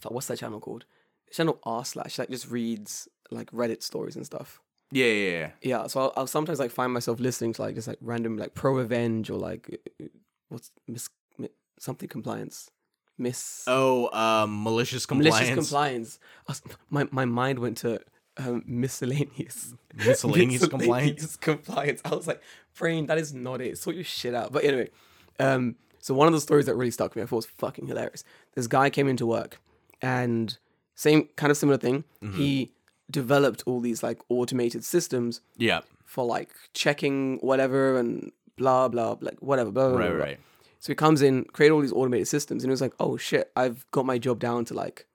Speaker 1: fuck, what's that channel called? Channel R slash like just reads like Reddit stories and stuff.
Speaker 2: Yeah, yeah, yeah.
Speaker 1: Yeah, so I'll, I'll sometimes like find myself listening to like just like random like pro revenge or like uh, uh, what's miss mi- something compliance miss
Speaker 2: Oh, um, malicious compliance.
Speaker 1: malicious compliance. I was- My my mind went to um, miscellaneous
Speaker 2: Miscellaneous compliance.
Speaker 1: Miscellaneous compliance. I was like, brain, that is not it. Sort your shit out. But anyway, um, so one of the stories that really stuck with me, I thought was fucking hilarious. This guy came into work, and same kind of similar thing.
Speaker 2: Mm-hmm.
Speaker 1: He developed all these like automated systems
Speaker 2: Yeah.
Speaker 1: for like checking whatever and blah blah blah like whatever blah blah
Speaker 2: Right,
Speaker 1: blah, blah.
Speaker 2: right.
Speaker 1: So he comes in, create all these automated systems, and he was like, "Oh shit, I've got my job down to like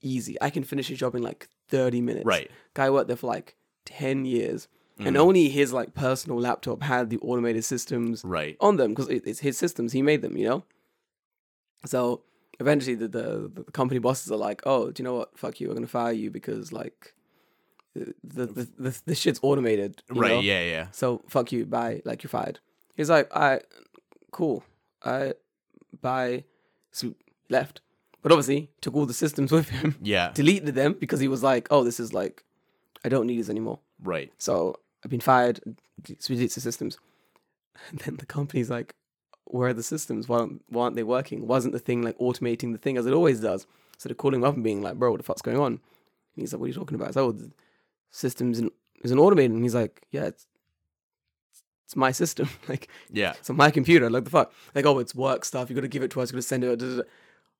Speaker 1: easy. I can finish a job in like thirty minutes."
Speaker 2: Right. Mm.
Speaker 1: Guy worked there for like ten years, and only his like personal laptop had the automated systems
Speaker 2: Right.
Speaker 1: on them because it, it's his systems. He made them, you know. So eventually, the, the the company bosses are like, "Oh, do you know what? Fuck you. We're gonna fire you because like the the the, the, the shit's automated." you
Speaker 2: right.
Speaker 1: know?
Speaker 2: Yeah, yeah.
Speaker 1: So fuck you, bye. Like you're fired. He's like, I cool. I bye. So left. But obviously took all the systems with him,
Speaker 2: Yeah.
Speaker 1: deleted them because he was like, Oh, this is like I don't need this anymore.
Speaker 2: Right.
Speaker 1: So I've been fired, so he deletes the systems. And then the company's like, Where are the systems? Why aren't, why aren't they working? Wasn't the thing like automating the thing as it always does? So they're calling him up and being like, Bro, what the fuck's going on? And he's like, What are you talking about? It's like, oh, the systems in, isn't automated. And he's like, Yeah, it's it's my system. like
Speaker 2: Yeah.
Speaker 1: it's on my computer. Like the fuck. Like, oh, it's work stuff. You gotta give it to us, you gotta send it out. da, da, da.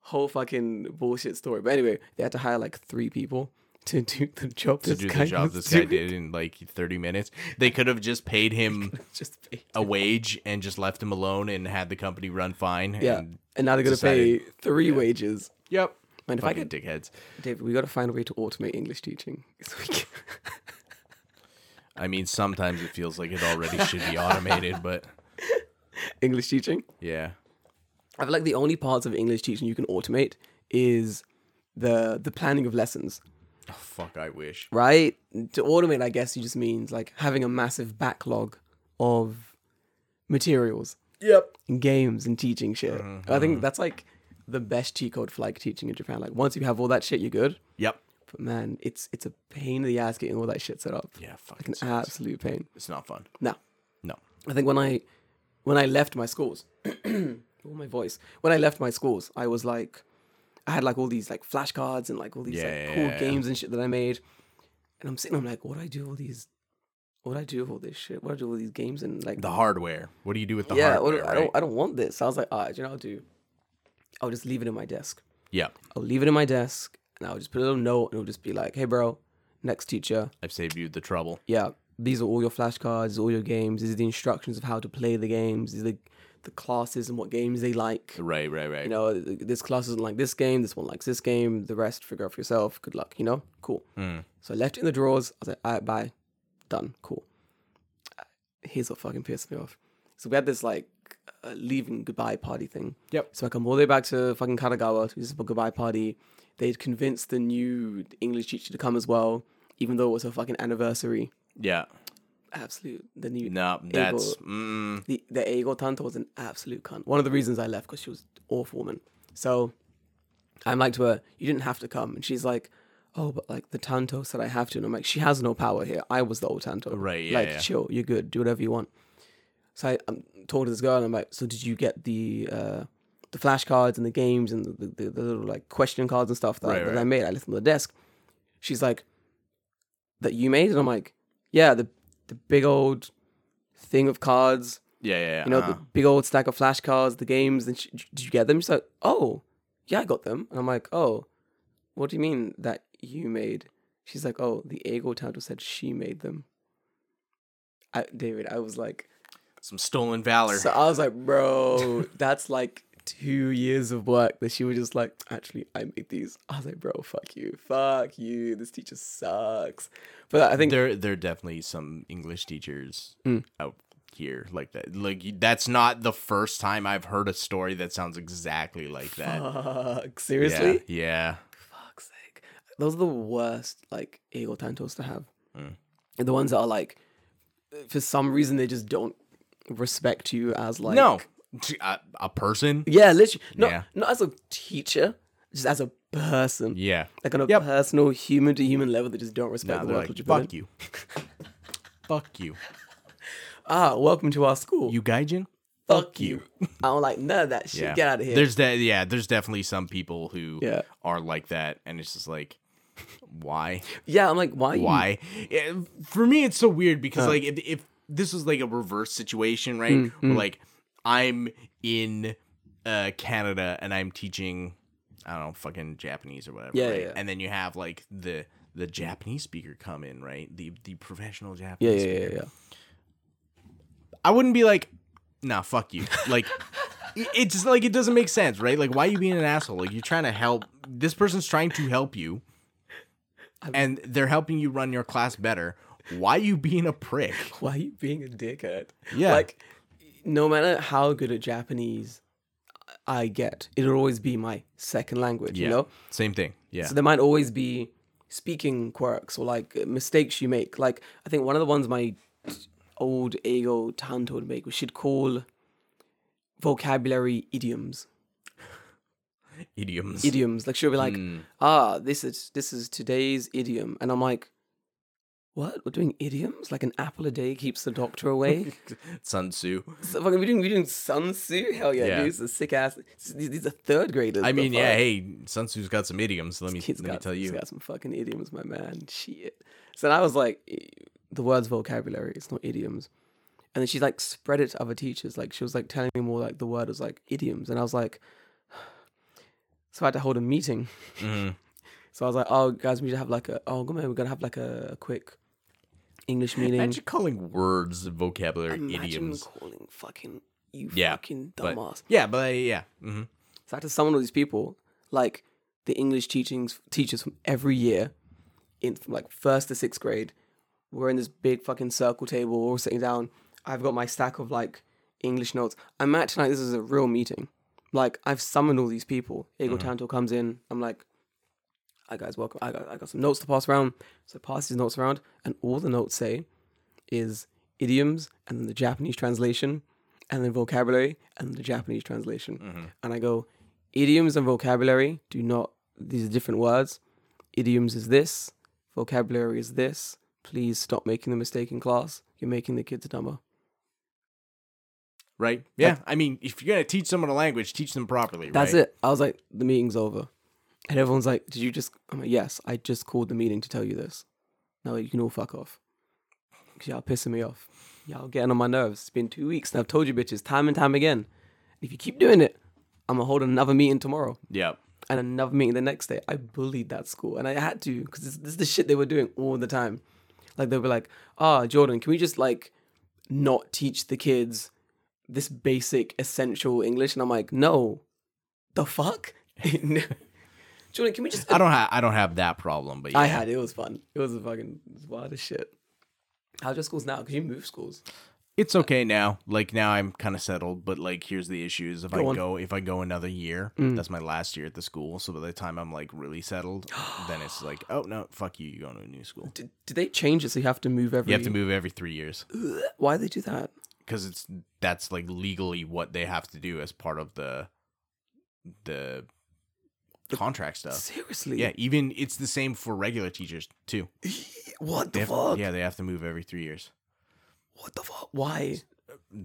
Speaker 1: Whole fucking bullshit story. But anyway, they had to hire like three people to do the job.
Speaker 2: To
Speaker 1: this
Speaker 2: do
Speaker 1: guy
Speaker 2: the job
Speaker 1: was
Speaker 2: this guy
Speaker 1: doing.
Speaker 2: did in like 30 minutes. They could have just paid him
Speaker 1: Just pay.
Speaker 2: a wage and just left him alone and had the company run fine.
Speaker 1: Yeah.
Speaker 2: And,
Speaker 1: And now they're gonna pay
Speaker 2: decided-
Speaker 1: three wages.
Speaker 2: yep.
Speaker 1: And if I
Speaker 2: Fucking
Speaker 1: could
Speaker 2: dickheads.
Speaker 1: David, we gotta find a way to automate English teaching. So we can-
Speaker 2: I mean, sometimes it feels like it already should be automated, but
Speaker 1: English teaching.
Speaker 2: yeah.
Speaker 1: I feel like the only parts of English teaching you can automate is the the planning of lessons.
Speaker 2: Oh, fuck, I wish.
Speaker 1: right? To automate, I guess, you just means like having a massive backlog of materials
Speaker 2: Yep.
Speaker 1: and games and teaching shit. I think that's like the best cheat code for like teaching in Japan. Like once you have all that shit, you're good.
Speaker 2: Yep.
Speaker 1: But man, it's it's a pain in the ass getting all that shit set up.
Speaker 2: Yeah,
Speaker 1: like
Speaker 2: fucking
Speaker 1: an
Speaker 2: sucks.
Speaker 1: absolute pain.
Speaker 2: It's not fun.
Speaker 1: Now,
Speaker 2: No.
Speaker 1: I think when I when I left my schools, oh my voice. When I left my schools, I was like, I had like all these like flashcards and like all these like
Speaker 2: Yeah,
Speaker 1: cool
Speaker 2: yeah, yeah.
Speaker 1: games and shit that I made, and I'm sitting, I'm like, what do I do with all these? What do I do with all this shit? What do I do with all these games and like
Speaker 2: The hardware. What do you do with the
Speaker 1: yeah? what
Speaker 2: hardware?
Speaker 1: do- I don't
Speaker 2: right?
Speaker 1: I don't want this. So I was like, ah, do you know what I'll do? I'll just leave it in my desk.
Speaker 2: Yeah.
Speaker 1: I'll leave it in my desk, and I'll just put a little note, and it'll just be like, hey, bro, next teacher,
Speaker 2: I've saved you the trouble.
Speaker 1: yeah, these are all your flashcards, all your games. These are the instructions of how to play the games. These are the, the classes and what games they like.
Speaker 2: Right, right, right.
Speaker 1: You know, th- this class doesn't like this game. This one likes this game. The rest, figure out for yourself. Good luck. You know, cool. So I left it in the drawers. I was like, all right, bye, done, cool. Uh, Here's what fucking pissed me off. So we had this like uh, leaving goodbye party thing.
Speaker 2: Yep.
Speaker 1: So I come all the way back to fucking Kanagawa to this goodbye party. They'd convinced the new English teacher to come as well, even though it was her fucking anniversary
Speaker 2: Yeah.
Speaker 1: absolute the new
Speaker 2: No, that's. Mm,
Speaker 1: the the Ego Tanto was an absolute cunt. One of the reasons I left because she was an awful woman. So I'm like to her, you didn't have to come, and she's like, oh, but like the Tanto said I have to, and I'm like, she has no power here. I was the old Tanto,
Speaker 2: Right, yeah,
Speaker 1: Like,
Speaker 2: yeah.
Speaker 1: chill, you're good, do whatever you want. So I, I'm talking to this girl, and I'm like, so did you get the uh, the flashcards and the games and the, the, the little like question cards and stuff that, I-
Speaker 2: Right,
Speaker 1: that I
Speaker 2: right.
Speaker 1: made? I left them on the desk. She's like, that you made, and I'm like, yeah, the the big old thing of cards
Speaker 2: yeah, yeah, yeah.
Speaker 1: you know,
Speaker 2: uh-huh.
Speaker 1: the big old stack of flashcards, the games, and she, did you get them? She's like, oh, yeah, I got them. And I'm like, oh, what do you mean that you made? She's like, oh, the Ego title said she made them. I, David, I was like,
Speaker 2: some stolen valor.
Speaker 1: So I was like, bro, that's like two years of work that she was just like, actually, I made these. I was like, bro, fuck you, fuck you. This teacher sucks. But I think Hmm.
Speaker 2: there there are definitely some English teachers out here like that. Like you- that's not the first time I've heard a story that sounds exactly like that.
Speaker 1: fuck
Speaker 2: yeah,
Speaker 1: seriously.
Speaker 2: yeah.
Speaker 1: Fuck's sake, those are the worst like ego tantos to have.
Speaker 2: Mm.
Speaker 1: The ones that are like, for some reason, they just don't respect you as like
Speaker 2: no, T- a, a person.
Speaker 1: yeah, literally not
Speaker 2: Yeah.
Speaker 1: not as a teacher, just as a person.
Speaker 2: Yeah.
Speaker 1: Like on a personal, human to human level, they just don't respect
Speaker 2: Now
Speaker 1: the
Speaker 2: they're
Speaker 1: work
Speaker 2: like,
Speaker 1: that you put in.
Speaker 2: fuck you. fuck you.
Speaker 1: Ah, welcome to our school.
Speaker 2: You gaijin?
Speaker 1: fuck you. I don't like none of that shit. Get out of here.
Speaker 2: There's that. yeah, there's definitely some people who
Speaker 1: Yeah.
Speaker 2: are like that, and it's just like, why,
Speaker 1: yeah, I'm like, why? Why?
Speaker 2: why? Yeah, for me, it's so weird because like if, if this was like a reverse situation, right?
Speaker 1: Hmm,
Speaker 2: Where, like I'm in uh, Canada and I'm teaching, I don't know, fucking Japanese or whatever,
Speaker 1: Yeah,
Speaker 2: right?
Speaker 1: yeah, yeah.
Speaker 2: And then you have like the the Japanese speaker come in, right? The the professional Japanese
Speaker 1: Yeah, yeah,
Speaker 2: speaker.
Speaker 1: yeah, yeah.
Speaker 2: I wouldn't be like, nah, fuck you. Like, it- it's just like it doesn't make sense, right? Like, why are you being an asshole? Like, you're trying to help. This person's trying to help you, and they're helping you run your class better. Why you being a prick?
Speaker 1: Why are you being a dickhead?
Speaker 2: Yeah.
Speaker 1: Like, no matter how good at Japanese I get, it'll always be my second language, you know?
Speaker 2: same thing. Yeah,
Speaker 1: So there might always be speaking quirks or like mistakes you make. Like I think one of the ones my old ego tanto would make was she'd call vocabulary idioms.
Speaker 2: idioms.
Speaker 1: Idioms. Like she'll be like,
Speaker 2: Mm.
Speaker 1: ah, this is this is today's idiom. And I'm like, what? We're doing idioms? Like an apple a day keeps the doctor away?
Speaker 2: Sun Tzu.
Speaker 1: so fucking we're doing we're doing Sun Tzu? Hell yeah,
Speaker 2: Yeah.
Speaker 1: dude. It's a sick ass these, these are third graders.
Speaker 2: I
Speaker 1: the
Speaker 2: mean, yeah.
Speaker 1: fuck?
Speaker 2: Hey, Sun Tzu's got some idioms. Let me
Speaker 1: He's
Speaker 2: let me
Speaker 1: got,
Speaker 2: tell
Speaker 1: he's
Speaker 2: you.
Speaker 1: got some fucking idioms, my man. Shit. So then I was like, "E- the word's vocabulary, it's not idioms. And then she like spread it to other teachers. Like she was like telling me more like the word was like idioms. And I was like, so I had to hold a meeting.
Speaker 2: Mhm.
Speaker 1: So I was like, oh guys, we need to have like a oh come on, we're gonna have like a, quick English meeting.
Speaker 2: Imagine calling words vocabulary
Speaker 1: Imagine
Speaker 2: idioms.
Speaker 1: calling fucking you
Speaker 2: Yeah,
Speaker 1: fucking
Speaker 2: But,
Speaker 1: dumbass.
Speaker 2: yeah, but yeah. hmm
Speaker 1: So I had to summon all these people, like the English teachings teachers from every year, in from like first to sixth grade. We're in this big fucking circle table, we're all sitting down. I've got my stack of like English notes. I'm acting like this is a real meeting. Like I've summoned all these people. Ego Tanto comes in. I'm like, "Hi guys, welcome. I got I got some notes to pass around." So I pass these notes around, and all the notes say is idioms and then the Japanese translation and then vocabulary and then the Japanese translation. And I go, idioms and vocabulary do not, these are different words. Idioms is this, vocabulary is this. Please stop making the mistake in class. You're making the kids dumber.
Speaker 2: Right. Yeah. I mean, if you're gonna teach someone a language, teach them properly.
Speaker 1: That's
Speaker 2: right?
Speaker 1: it. I was like, the meeting's over. And everyone's like, did you just, I'm like, yes, I just called the meeting to tell you this. Now you can all fuck off. Because y'all pissing me off. Y'all getting on my nerves. It's been two weeks and I've told you bitches time and time again. If you keep doing it, I'm going to hold another meeting tomorrow
Speaker 2: Yeah.
Speaker 1: and another meeting the next day. I bullied that school, and I had to because this, this is the shit they were doing all the time. Like they were like, "Ah, Jordan, can we just like not teach the kids this basic essential English?" And I'm like, "No, the fuck, Jordan, can we just?"
Speaker 2: I don't have I don't have that problem, but yeah.
Speaker 1: I had it. It was fun. It was a fucking it was wild as shit. How's your schools now? Because you move schools.
Speaker 2: it's okay now. Like now I'm kind of settled, but like here's the issues. If I
Speaker 1: Go on. Mm.
Speaker 2: go if I go another year, that's my last year at the school. So by the time I'm like really settled, then it's like oh no, fuck you, you're going to a new school.
Speaker 1: Did, did they change it so you have to move every?
Speaker 2: You have to move every three years
Speaker 1: Why they do that?
Speaker 2: because it's that's like legally what they have to do as part of the the contract stuff.
Speaker 1: Seriously?
Speaker 2: Yeah, even it's the same for regular teachers too.
Speaker 1: What
Speaker 2: They
Speaker 1: the
Speaker 2: have-
Speaker 1: fuck?
Speaker 2: yeah, they have to move every three years.
Speaker 1: What the fuck? Why?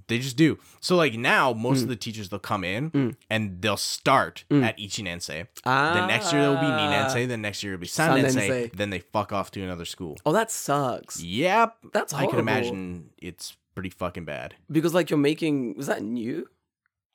Speaker 2: They just do. So like now, most of the teachers they'll come in and they'll start at Ichinense. The next year they'll be
Speaker 1: Ah.
Speaker 2: Ninense. The next year it'll be Sanense.
Speaker 1: Sanense.
Speaker 2: Then they fuck off to another school.
Speaker 1: Oh, that sucks.
Speaker 2: Yep,
Speaker 1: That's
Speaker 2: I can
Speaker 1: horrible.
Speaker 2: imagine it's pretty fucking bad.
Speaker 1: Because like you're making was that new?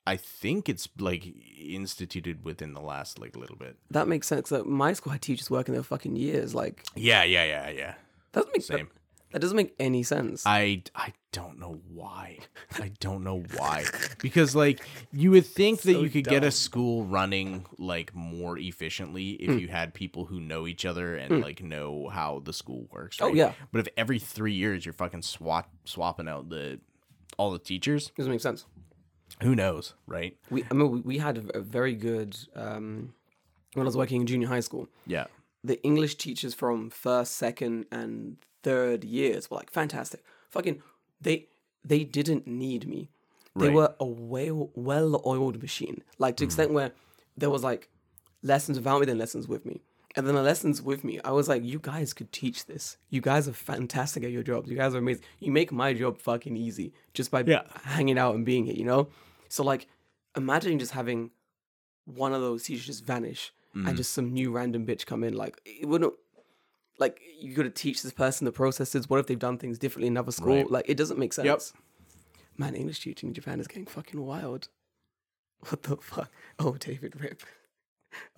Speaker 2: I think it's like instituted within the last like little bit.
Speaker 1: That makes sense. Like my school had teachers working their fucking years. Like
Speaker 2: Yeah, yeah, yeah, yeah.
Speaker 1: that makes
Speaker 2: Same.
Speaker 1: That doesn't make any sense.
Speaker 2: I I don't know why. I don't know why. because like you would think that
Speaker 1: So
Speaker 2: you could get
Speaker 1: dumb.
Speaker 2: a school running like more efficiently if
Speaker 1: Hmm.
Speaker 2: you had people who know each other and like know how the school works.
Speaker 1: Oh,
Speaker 2: right?
Speaker 1: yeah.
Speaker 2: But if every three years you're fucking swap swapping out the all the teachers,
Speaker 1: doesn't make sense.
Speaker 2: who knows, right?
Speaker 1: We, I mean, we, we had a very good um, when I was working in junior high school.
Speaker 2: Yeah.
Speaker 1: the English teachers from first, second, and third years were like fantastic. Fucking they they didn't need me. They
Speaker 2: Right. Hmm.
Speaker 1: were a well well oiled machine. Like to the extent where there was like lessons without me, then lessons with me. And then the lessons with me, I was like, you guys could teach this. You guys are fantastic at your jobs. You guys are amazing. You make my job fucking easy just by
Speaker 2: Yeah.
Speaker 1: hanging out and being here, you know? So like imagine just having one of those teachers just vanish
Speaker 2: Mm.
Speaker 1: and just some new random bitch come in. Like it wouldn't like you gotta teach this person the processes. What if they've done things differently in another school?
Speaker 2: Right.
Speaker 1: Like it doesn't make sense. Man, English teaching in Japan is getting fucking wild. What the fuck? Oh David Rip.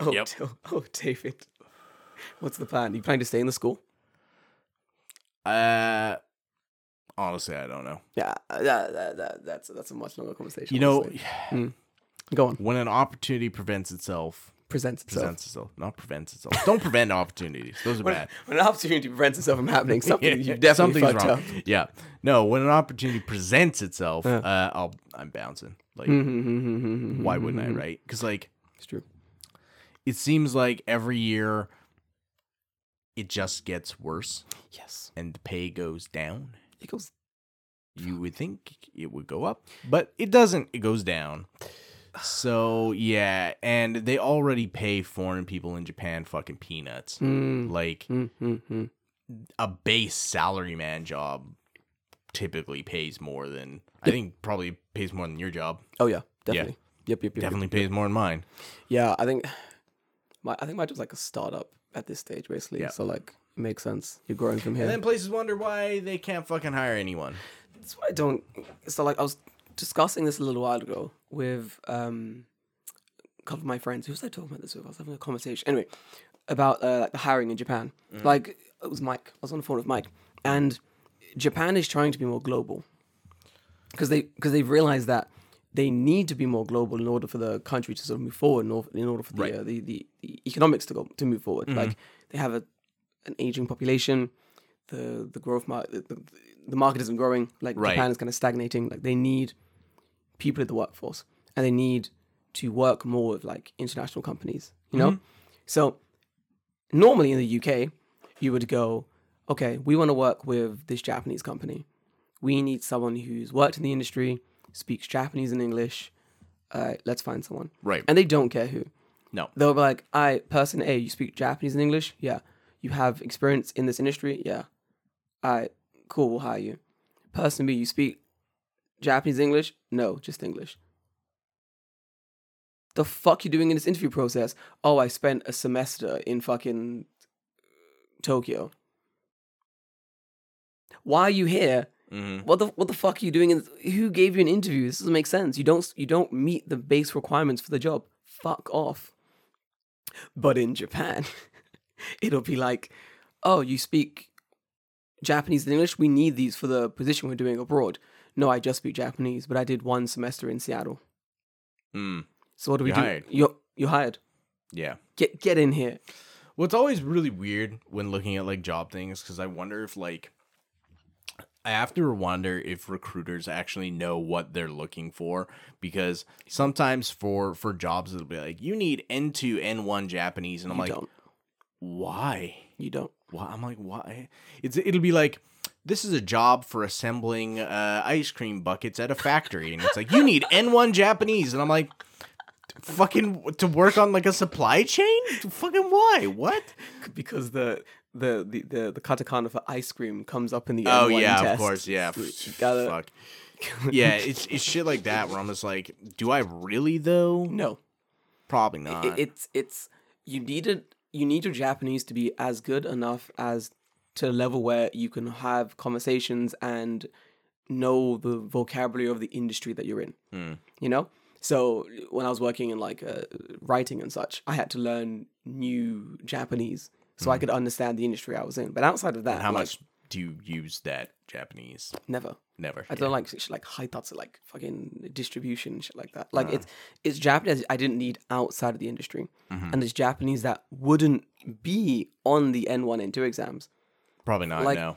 Speaker 1: Oh,
Speaker 2: Yep.
Speaker 1: Da- oh David. What's the plan? Are you planning to stay in the school?
Speaker 2: Uh honestly I don't know.
Speaker 1: Yeah, that, that, that, that's that's a much longer conversation.
Speaker 2: You know,
Speaker 1: honestly. go on.
Speaker 2: when an opportunity prevents itself
Speaker 1: Presents itself.
Speaker 2: presents itself. Not prevents itself. Don't prevent opportunities. Those are bad.
Speaker 1: When an opportunity prevents itself from happening, something
Speaker 2: Yeah,
Speaker 1: you definitely
Speaker 2: something's
Speaker 1: fucked
Speaker 2: wrong.
Speaker 1: up.
Speaker 2: Yeah. No, when an opportunity presents itself, uh, I'll I'm bouncing. Like,
Speaker 1: Mm-hmm,
Speaker 2: why wouldn't
Speaker 1: Mm.
Speaker 2: I? Right? Because like
Speaker 1: It's true.
Speaker 2: it seems like every year it just gets worse
Speaker 1: Yes.
Speaker 2: and the pay goes down.
Speaker 1: It goes
Speaker 2: You would think it would go up, but it doesn't. It goes down. So yeah, and they already pay foreign people in Japan fucking peanuts.
Speaker 1: Mm.
Speaker 2: Like
Speaker 1: Mm-hmm.
Speaker 2: a base salary man job typically pays more than I think probably pays more than your job.
Speaker 1: Oh yeah, definitely. Yep, yep, yep. yep.
Speaker 2: Definitely pays more than mine.
Speaker 1: Yeah, I think my I think my job's like a startup at this stage basically.
Speaker 2: Yeah.
Speaker 1: So like it makes sense. You're growing from here.
Speaker 2: And then places wonder why they can't fucking hire anyone.
Speaker 1: That's what I don't. So like I was discussing this a little while ago with um, a couple of my friends. Who was I talking about this with? I was having a conversation anyway about uh, like the hiring in Japan.
Speaker 2: Mm-hmm.
Speaker 1: Like it was Mike. I was on the phone with Mike, and Japan is trying to be more global because they because they've realized that they need to be more global in order for the country to sort of move forward, in order, in order for the,
Speaker 2: Right. Mm-hmm.
Speaker 1: uh, the, the the economics to go to move forward. Like they have a an aging population, the the growth market the, the market isn't growing. Like
Speaker 2: Right.
Speaker 1: Japan is kind of stagnating. Like they need people in the workforce, and they need to work more with like international companies. You know,
Speaker 2: Mm-hmm.
Speaker 1: so normally in the UK, you would go, okay, we want to work with this Japanese company. We need someone who's worked in the industry, speaks Japanese and English. Uh, let's find someone.
Speaker 2: Right.
Speaker 1: And they don't care who.
Speaker 2: No.
Speaker 1: They'll be like, I, person A, you speak Japanese and English? Yeah. You have experience in this industry? Yeah. I, cool, we'll hire you. Person B, you speak Japanese English? No, just English. The fuck you doing in this interview process? Oh, I spent a semester in fucking Tokyo. Why are you here?
Speaker 2: Mhm.
Speaker 1: What the what the fuck are you doing? In this? Who gave you an interview? This doesn't make sense. You don't you don't meet the base requirements for the job. Fuck off. But in Japan, it'll be like, oh, you speak Japanese and English. We need these for the position we're doing abroad. No, I just speak Japanese, but I did one semester in Seattle.
Speaker 2: Mm.
Speaker 1: So what do we
Speaker 2: You're
Speaker 1: do?
Speaker 2: hired.
Speaker 1: You're you're hired.
Speaker 2: Yeah.
Speaker 1: Get get in here.
Speaker 2: What's always really weird when looking at like job things because I wonder if like I have to wonder if recruiters actually know what they're looking for because sometimes for for jobs it'll be like you need N two N one Japanese and I'm
Speaker 1: You
Speaker 2: like
Speaker 1: don't.
Speaker 2: why
Speaker 1: You don't.
Speaker 2: why I'm like why it's it'll be like this is a job for assembling uh, ice cream buckets at a factory and it's like you need N one Japanese and I'm like fucking to work on like a supply chain fucking why what
Speaker 1: because the the the the, the katakana for ice cream comes up in the
Speaker 2: Oh
Speaker 1: N1
Speaker 2: yeah, of
Speaker 1: test.
Speaker 2: course, yeah.
Speaker 1: You gotta-
Speaker 2: Fuck. yeah, it's it's shit like that where I'm just like, do I really though?
Speaker 1: no
Speaker 2: Probably not.
Speaker 1: it, it's it's you needed you need your Japanese to be as good enough as to a level where you can have conversations and know the vocabulary of the industry that you're in.
Speaker 2: Hmm.
Speaker 1: You know. So when I was working in like uh, writing and such, I had to learn new Japanese so I could understand the industry I was in. But outside of that,
Speaker 2: Hmm. How
Speaker 1: like,
Speaker 2: much do you use that Japanese?
Speaker 1: Never.
Speaker 2: Never.
Speaker 1: I don't like shit like high thoughts of like fucking distribution and shit like that. Like it's it's Japanese I didn't need outside of the industry, and it's Japanese that wouldn't be on the N one N two exams.
Speaker 2: Probably not.
Speaker 1: like- I-
Speaker 2: no.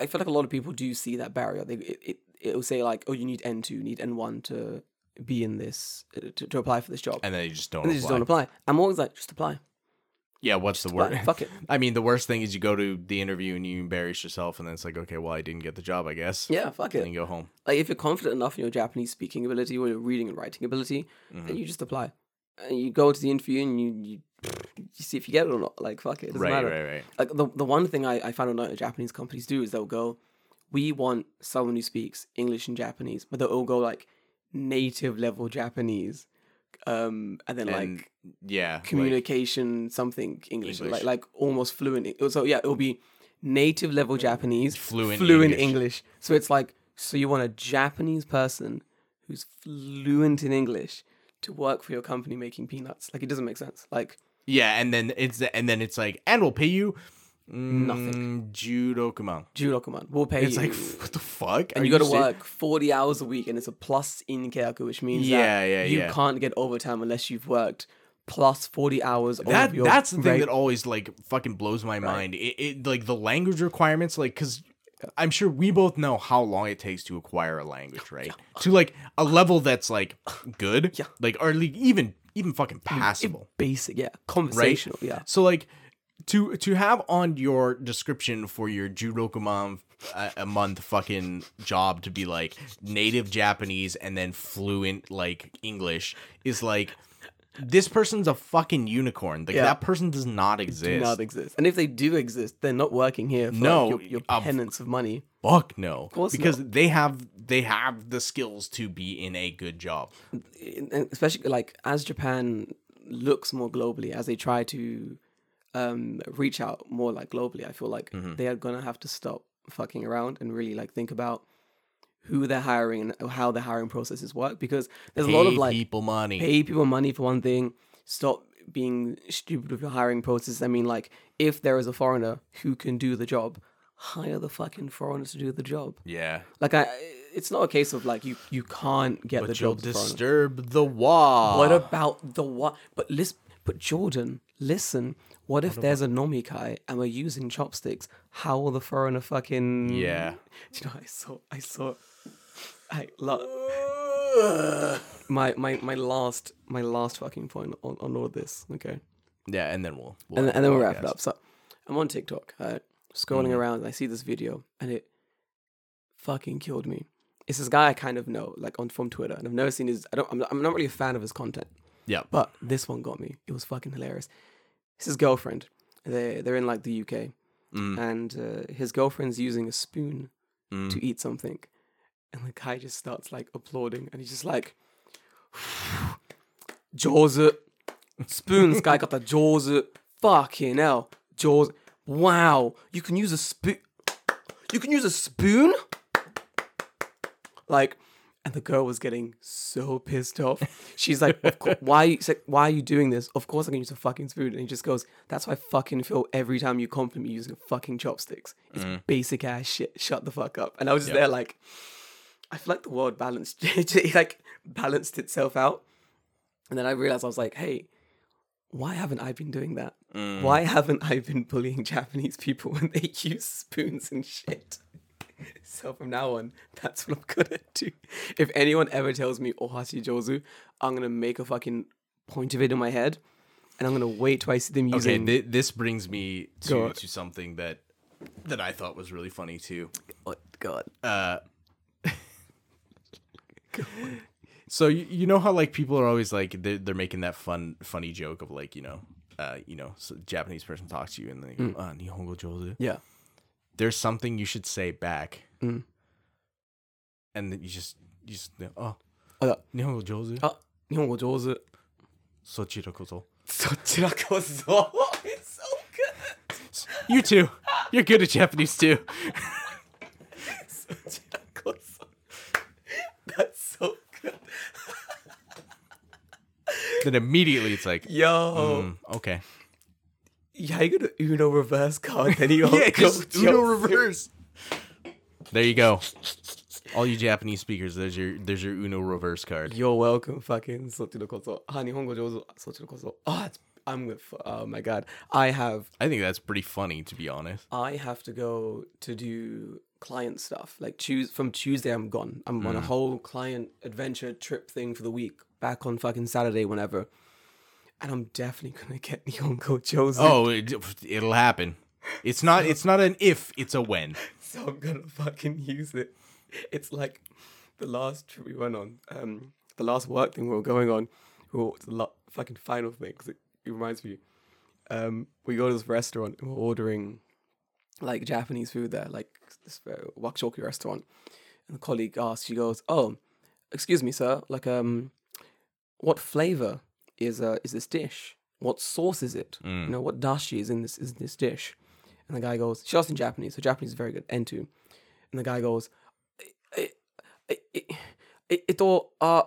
Speaker 1: I feel like a lot of people do see that barrier. They it, it it'll say like, oh, you need N two, need N one to be in this uh, to, to apply for this job, and,
Speaker 2: And then you just don't.
Speaker 1: they just don't apply. I'm always like, just apply.
Speaker 2: Yeah. What's the
Speaker 1: apply.
Speaker 2: word?
Speaker 1: Fuck it.
Speaker 2: I mean, the worst thing is you go to the interview and you embarrass yourself, and then it's like, okay, well, I didn't get the job, I guess.
Speaker 1: Yeah, fuck
Speaker 2: And
Speaker 1: it.
Speaker 2: you go home.
Speaker 1: Like if you're confident enough in your Japanese speaking ability or your reading and writing ability,
Speaker 2: Mm-hmm.
Speaker 1: then you just apply. And you go to the interview and you you, you see if you get it or not. Like fuck it, it doesn't
Speaker 2: Right,
Speaker 1: matter.
Speaker 2: right, right.
Speaker 1: Like the the one thing I, I found out that Japanese companies do is they'll go, we want someone who speaks English and Japanese, but they'll all go like native level Japanese, um, and then
Speaker 2: And
Speaker 1: like
Speaker 2: yeah, like,
Speaker 1: communication something English,
Speaker 2: English.
Speaker 1: like like almost fluent. Eng- So yeah, it'll be native level Japanese,
Speaker 2: Fluent
Speaker 1: fluent
Speaker 2: English.
Speaker 1: English. So it's like so you want a Japanese person who's fluent in English to work for your company making peanuts. Like it doesn't make sense. Like
Speaker 2: yeah, and then it's and then it's like, and we'll pay you nothing. Judo, come on.
Speaker 1: Jurokuman, we'll pay
Speaker 2: It's
Speaker 1: you.
Speaker 2: like, what the fuck?
Speaker 1: and
Speaker 2: Are
Speaker 1: you got to
Speaker 2: serious?
Speaker 1: work 40 hours a week and it's a plus in Keaku, which means
Speaker 2: Yeah,
Speaker 1: that
Speaker 2: yeah,
Speaker 1: you
Speaker 2: yeah.
Speaker 1: can't get overtime unless you've worked plus 40 hours
Speaker 2: That
Speaker 1: of your
Speaker 2: that's the thing
Speaker 1: reg-
Speaker 2: that always like fucking blows my mind. It, it like the language requirements, like because I'm sure we both know how long it takes to acquire a language, right? To like a level that's like good,
Speaker 1: Yeah.
Speaker 2: like or like, even even fucking passable.
Speaker 1: basic yeah conversational yeah
Speaker 2: So like to to have on your description for your judokumon a, a month fucking job to be like native Japanese and then fluent like English is like this person's a fucking unicorn. Like
Speaker 1: Yeah.
Speaker 2: that person does not exist.
Speaker 1: not exist. And if they do exist, they're not working here for like,
Speaker 2: No,
Speaker 1: your, your
Speaker 2: um,
Speaker 1: penance of money.
Speaker 2: Fuck no.
Speaker 1: course
Speaker 2: because they have they have the skills to be in a good job.
Speaker 1: And- and Especially like as Japan looks more globally, as they try to um, reach out more like globally, I feel like they are gonna have to stop fucking around and really like think about who they're hiring and how the hiring processes work because there's a lot of
Speaker 2: Pay
Speaker 1: like
Speaker 2: people money.
Speaker 1: pay people money for one thing. Stop being stupid with your hiring process. I mean, like, if there is a foreigner who can do the job, hire the fucking foreigners to do the job.
Speaker 2: yeah.
Speaker 1: Like, I, it's not a case of like you you can't get the
Speaker 2: You'll
Speaker 1: job. Dis-
Speaker 2: disturb the wall.
Speaker 1: what about the what? But listen, but Jordan, listen. What if there's a nomikai and we're using chopsticks? How will the foreigner fucking
Speaker 2: Yeah.
Speaker 1: Do you know? I saw. I saw. I love my my my last my last fucking point on, on all of this. Okay.
Speaker 2: Yeah, and then we'll,
Speaker 1: and,
Speaker 2: we'll end
Speaker 1: and then
Speaker 2: the
Speaker 1: we'll wrap
Speaker 2: podcast.
Speaker 1: it up. So I'm on TikTok, all right, scrolling around, and I see this video, and it fucking killed me. It's this guy I kind of know, like on from Twitter, and I've never seen his. I don't. I'm not, I'm not really a fan of his content,
Speaker 2: Yeah.
Speaker 1: but this one got me. It was fucking hilarious. It's his girlfriend. They they're in like the UK,
Speaker 2: Mm.
Speaker 1: and uh, his girlfriend's using a spoon
Speaker 2: Mm.
Speaker 1: to eat something, and the guy just starts like applauding, and he's just like, "Jaws it." spoons guy got the jaws fucking hell jaws wow you can use a spoon you can use a spoon like and the girl was getting so pissed off she's like of cour- why she's like, why are you doing this of course i can use a fucking spoon and he just goes that's why i fucking feel every time you compliment me using fucking chopsticks it's basic ass shit shut the fuck up and i was just there like i feel like the world balanced like balanced itself out and then I realized I was like, hey, why haven't I been doing that? Why haven't I been bullying Japanese people when they use spoons and shit? So from now on, that's what I'm gonna do. If anyone ever tells me ohashi jozu, I'm gonna make a fucking point of it in my head, and I'm gonna wait till I see them
Speaker 2: Okay,
Speaker 1: using.
Speaker 2: th- this brings me
Speaker 1: Go
Speaker 2: to,
Speaker 1: on.
Speaker 2: to something that that I thought was really funny too.
Speaker 1: oh god!
Speaker 2: Uh, so you, you know how like people are always like they're, they're making that fun funny joke of like you know uh you know so Japanese person talks to you and they
Speaker 1: Mm.
Speaker 2: go, ah, Nihongo Jozu.
Speaker 1: yeah,
Speaker 2: There's something you should say back,
Speaker 1: Mm.
Speaker 2: and then you just you just oh
Speaker 1: oh, yeah.
Speaker 2: Nihongo Jozu
Speaker 1: oh 日本語上手
Speaker 2: Sochiro koto."
Speaker 1: そちらこそ It's so good.
Speaker 2: You too. You're good at Japanese too.
Speaker 1: "そちらこそ." That's so good.
Speaker 2: then immediately it's like
Speaker 1: Yo,
Speaker 2: "Mm, okay.
Speaker 1: yeah, you got a Uno reverse card, then you
Speaker 2: Yeah,
Speaker 1: all go
Speaker 2: just
Speaker 1: to
Speaker 2: Uno
Speaker 1: your-
Speaker 2: reverse. There you go. All you Japanese speakers, there's your there's your Uno reverse card.
Speaker 1: You're welcome, fucking Sotirokoso. Honey, Hongo Jozo, Sotirokoso. Oh, it's, I'm with, oh my god. I have,
Speaker 2: I think that's pretty funny, to be honest.
Speaker 1: I have to go to do client stuff. Like, choose from Tuesday, I'm gone. I'm on a
Speaker 2: Mm.
Speaker 1: whole client adventure trip thing for the week, back on fucking Saturday, whenever. And I'm definitely gonna get Nihongo Jozo.
Speaker 2: Oh, it, it'll happen. It's not it's not an if, it's a when.
Speaker 1: so I'm gonna fucking use it. It's like the last trip we went on, um, the last work thing we were going on, or the la- fucking final thing because it, it reminds me. Um, we go to this restaurant and we're ordering like Japanese food there, like this uh, wakshoki restaurant. And the colleague asks, she goes, "Oh, excuse me, sir, like um, what flavor is uh is this dish? What sauce is it? You know, what dashi is in this is this dish?" And the guy goes, she asked in Japanese, so Japanese is very good, N2. And the guy goes, "I- I- I- I- Ito, uh,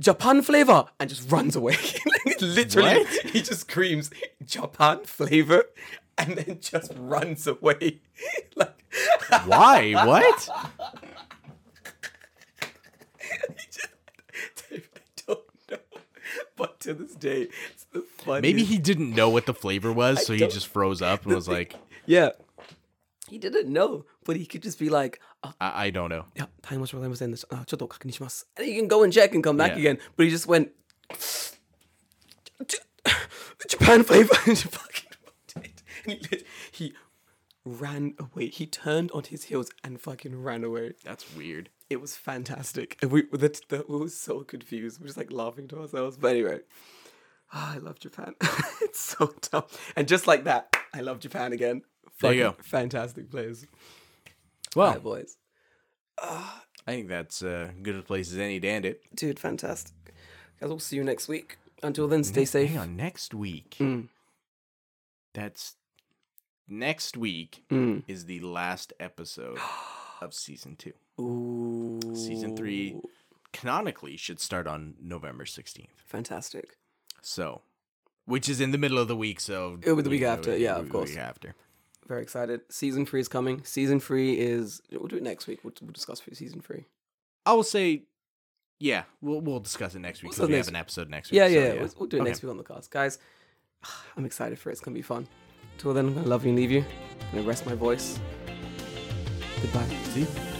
Speaker 1: Japan flavor, and just runs away. Like, Literally, he just screams, Japan flavor, and then just runs away. like,
Speaker 2: Why? What?
Speaker 1: I don't know. But to this day, it's the funniest.
Speaker 2: Maybe he didn't know what the flavor was, so he just froze up and was like,
Speaker 1: yeah. He didn't know, but he could just be like, "Ah,
Speaker 2: I, I don't know.
Speaker 1: yeah, タイムマシンございませんでした。あ、ちょっと確認します。And you can go and check and come back
Speaker 2: Yeah.
Speaker 1: again. But he just went, "J- Japan flavor. and he fucking wrote it. And he, lit- he ran away. He turned on his heels and fucking ran away.
Speaker 2: That's weird.
Speaker 1: It was fantastic. And we, the, the, we were so confused. We were just like laughing to ourselves. But anyway, ah, I love Japan. it's so dumb. And just like that, I love Japan again.
Speaker 2: There you
Speaker 1: Fucking
Speaker 2: go.
Speaker 1: Fantastic place.
Speaker 2: Well,
Speaker 1: Hi, boys.
Speaker 2: I think that's uh, good a place as any to end it.
Speaker 1: Dude, fantastic. Guys, we'll see you next week. Until then, stay safe.
Speaker 2: Hang on, next week.
Speaker 1: Mm.
Speaker 2: That's next week
Speaker 1: Mm.
Speaker 2: is the last episode of season two.
Speaker 1: Ooh.
Speaker 2: Season three canonically should start on November sixteenth.
Speaker 1: Fantastic.
Speaker 2: So, which is in the middle of the week. So
Speaker 1: It'll be the
Speaker 2: we-
Speaker 1: week after, yeah, of
Speaker 2: week
Speaker 1: course.
Speaker 2: after.
Speaker 1: Very excited. Season three is coming. Season three is. We'll do it next week. We'll, we'll discuss for season three.
Speaker 2: I will say, yeah, we'll we'll discuss it next week.
Speaker 1: We'll discuss
Speaker 2: 'cause we
Speaker 1: next
Speaker 2: have an episode next week.
Speaker 1: Yeah,
Speaker 2: so
Speaker 1: yeah, yeah. We'll, we'll do it
Speaker 2: Okay.
Speaker 1: next week on the cast. Guys, I'm excited for it. It's going to be fun. Till then, I'm going to love you and leave you. I'm going to rest my voice. Goodbye.
Speaker 2: See.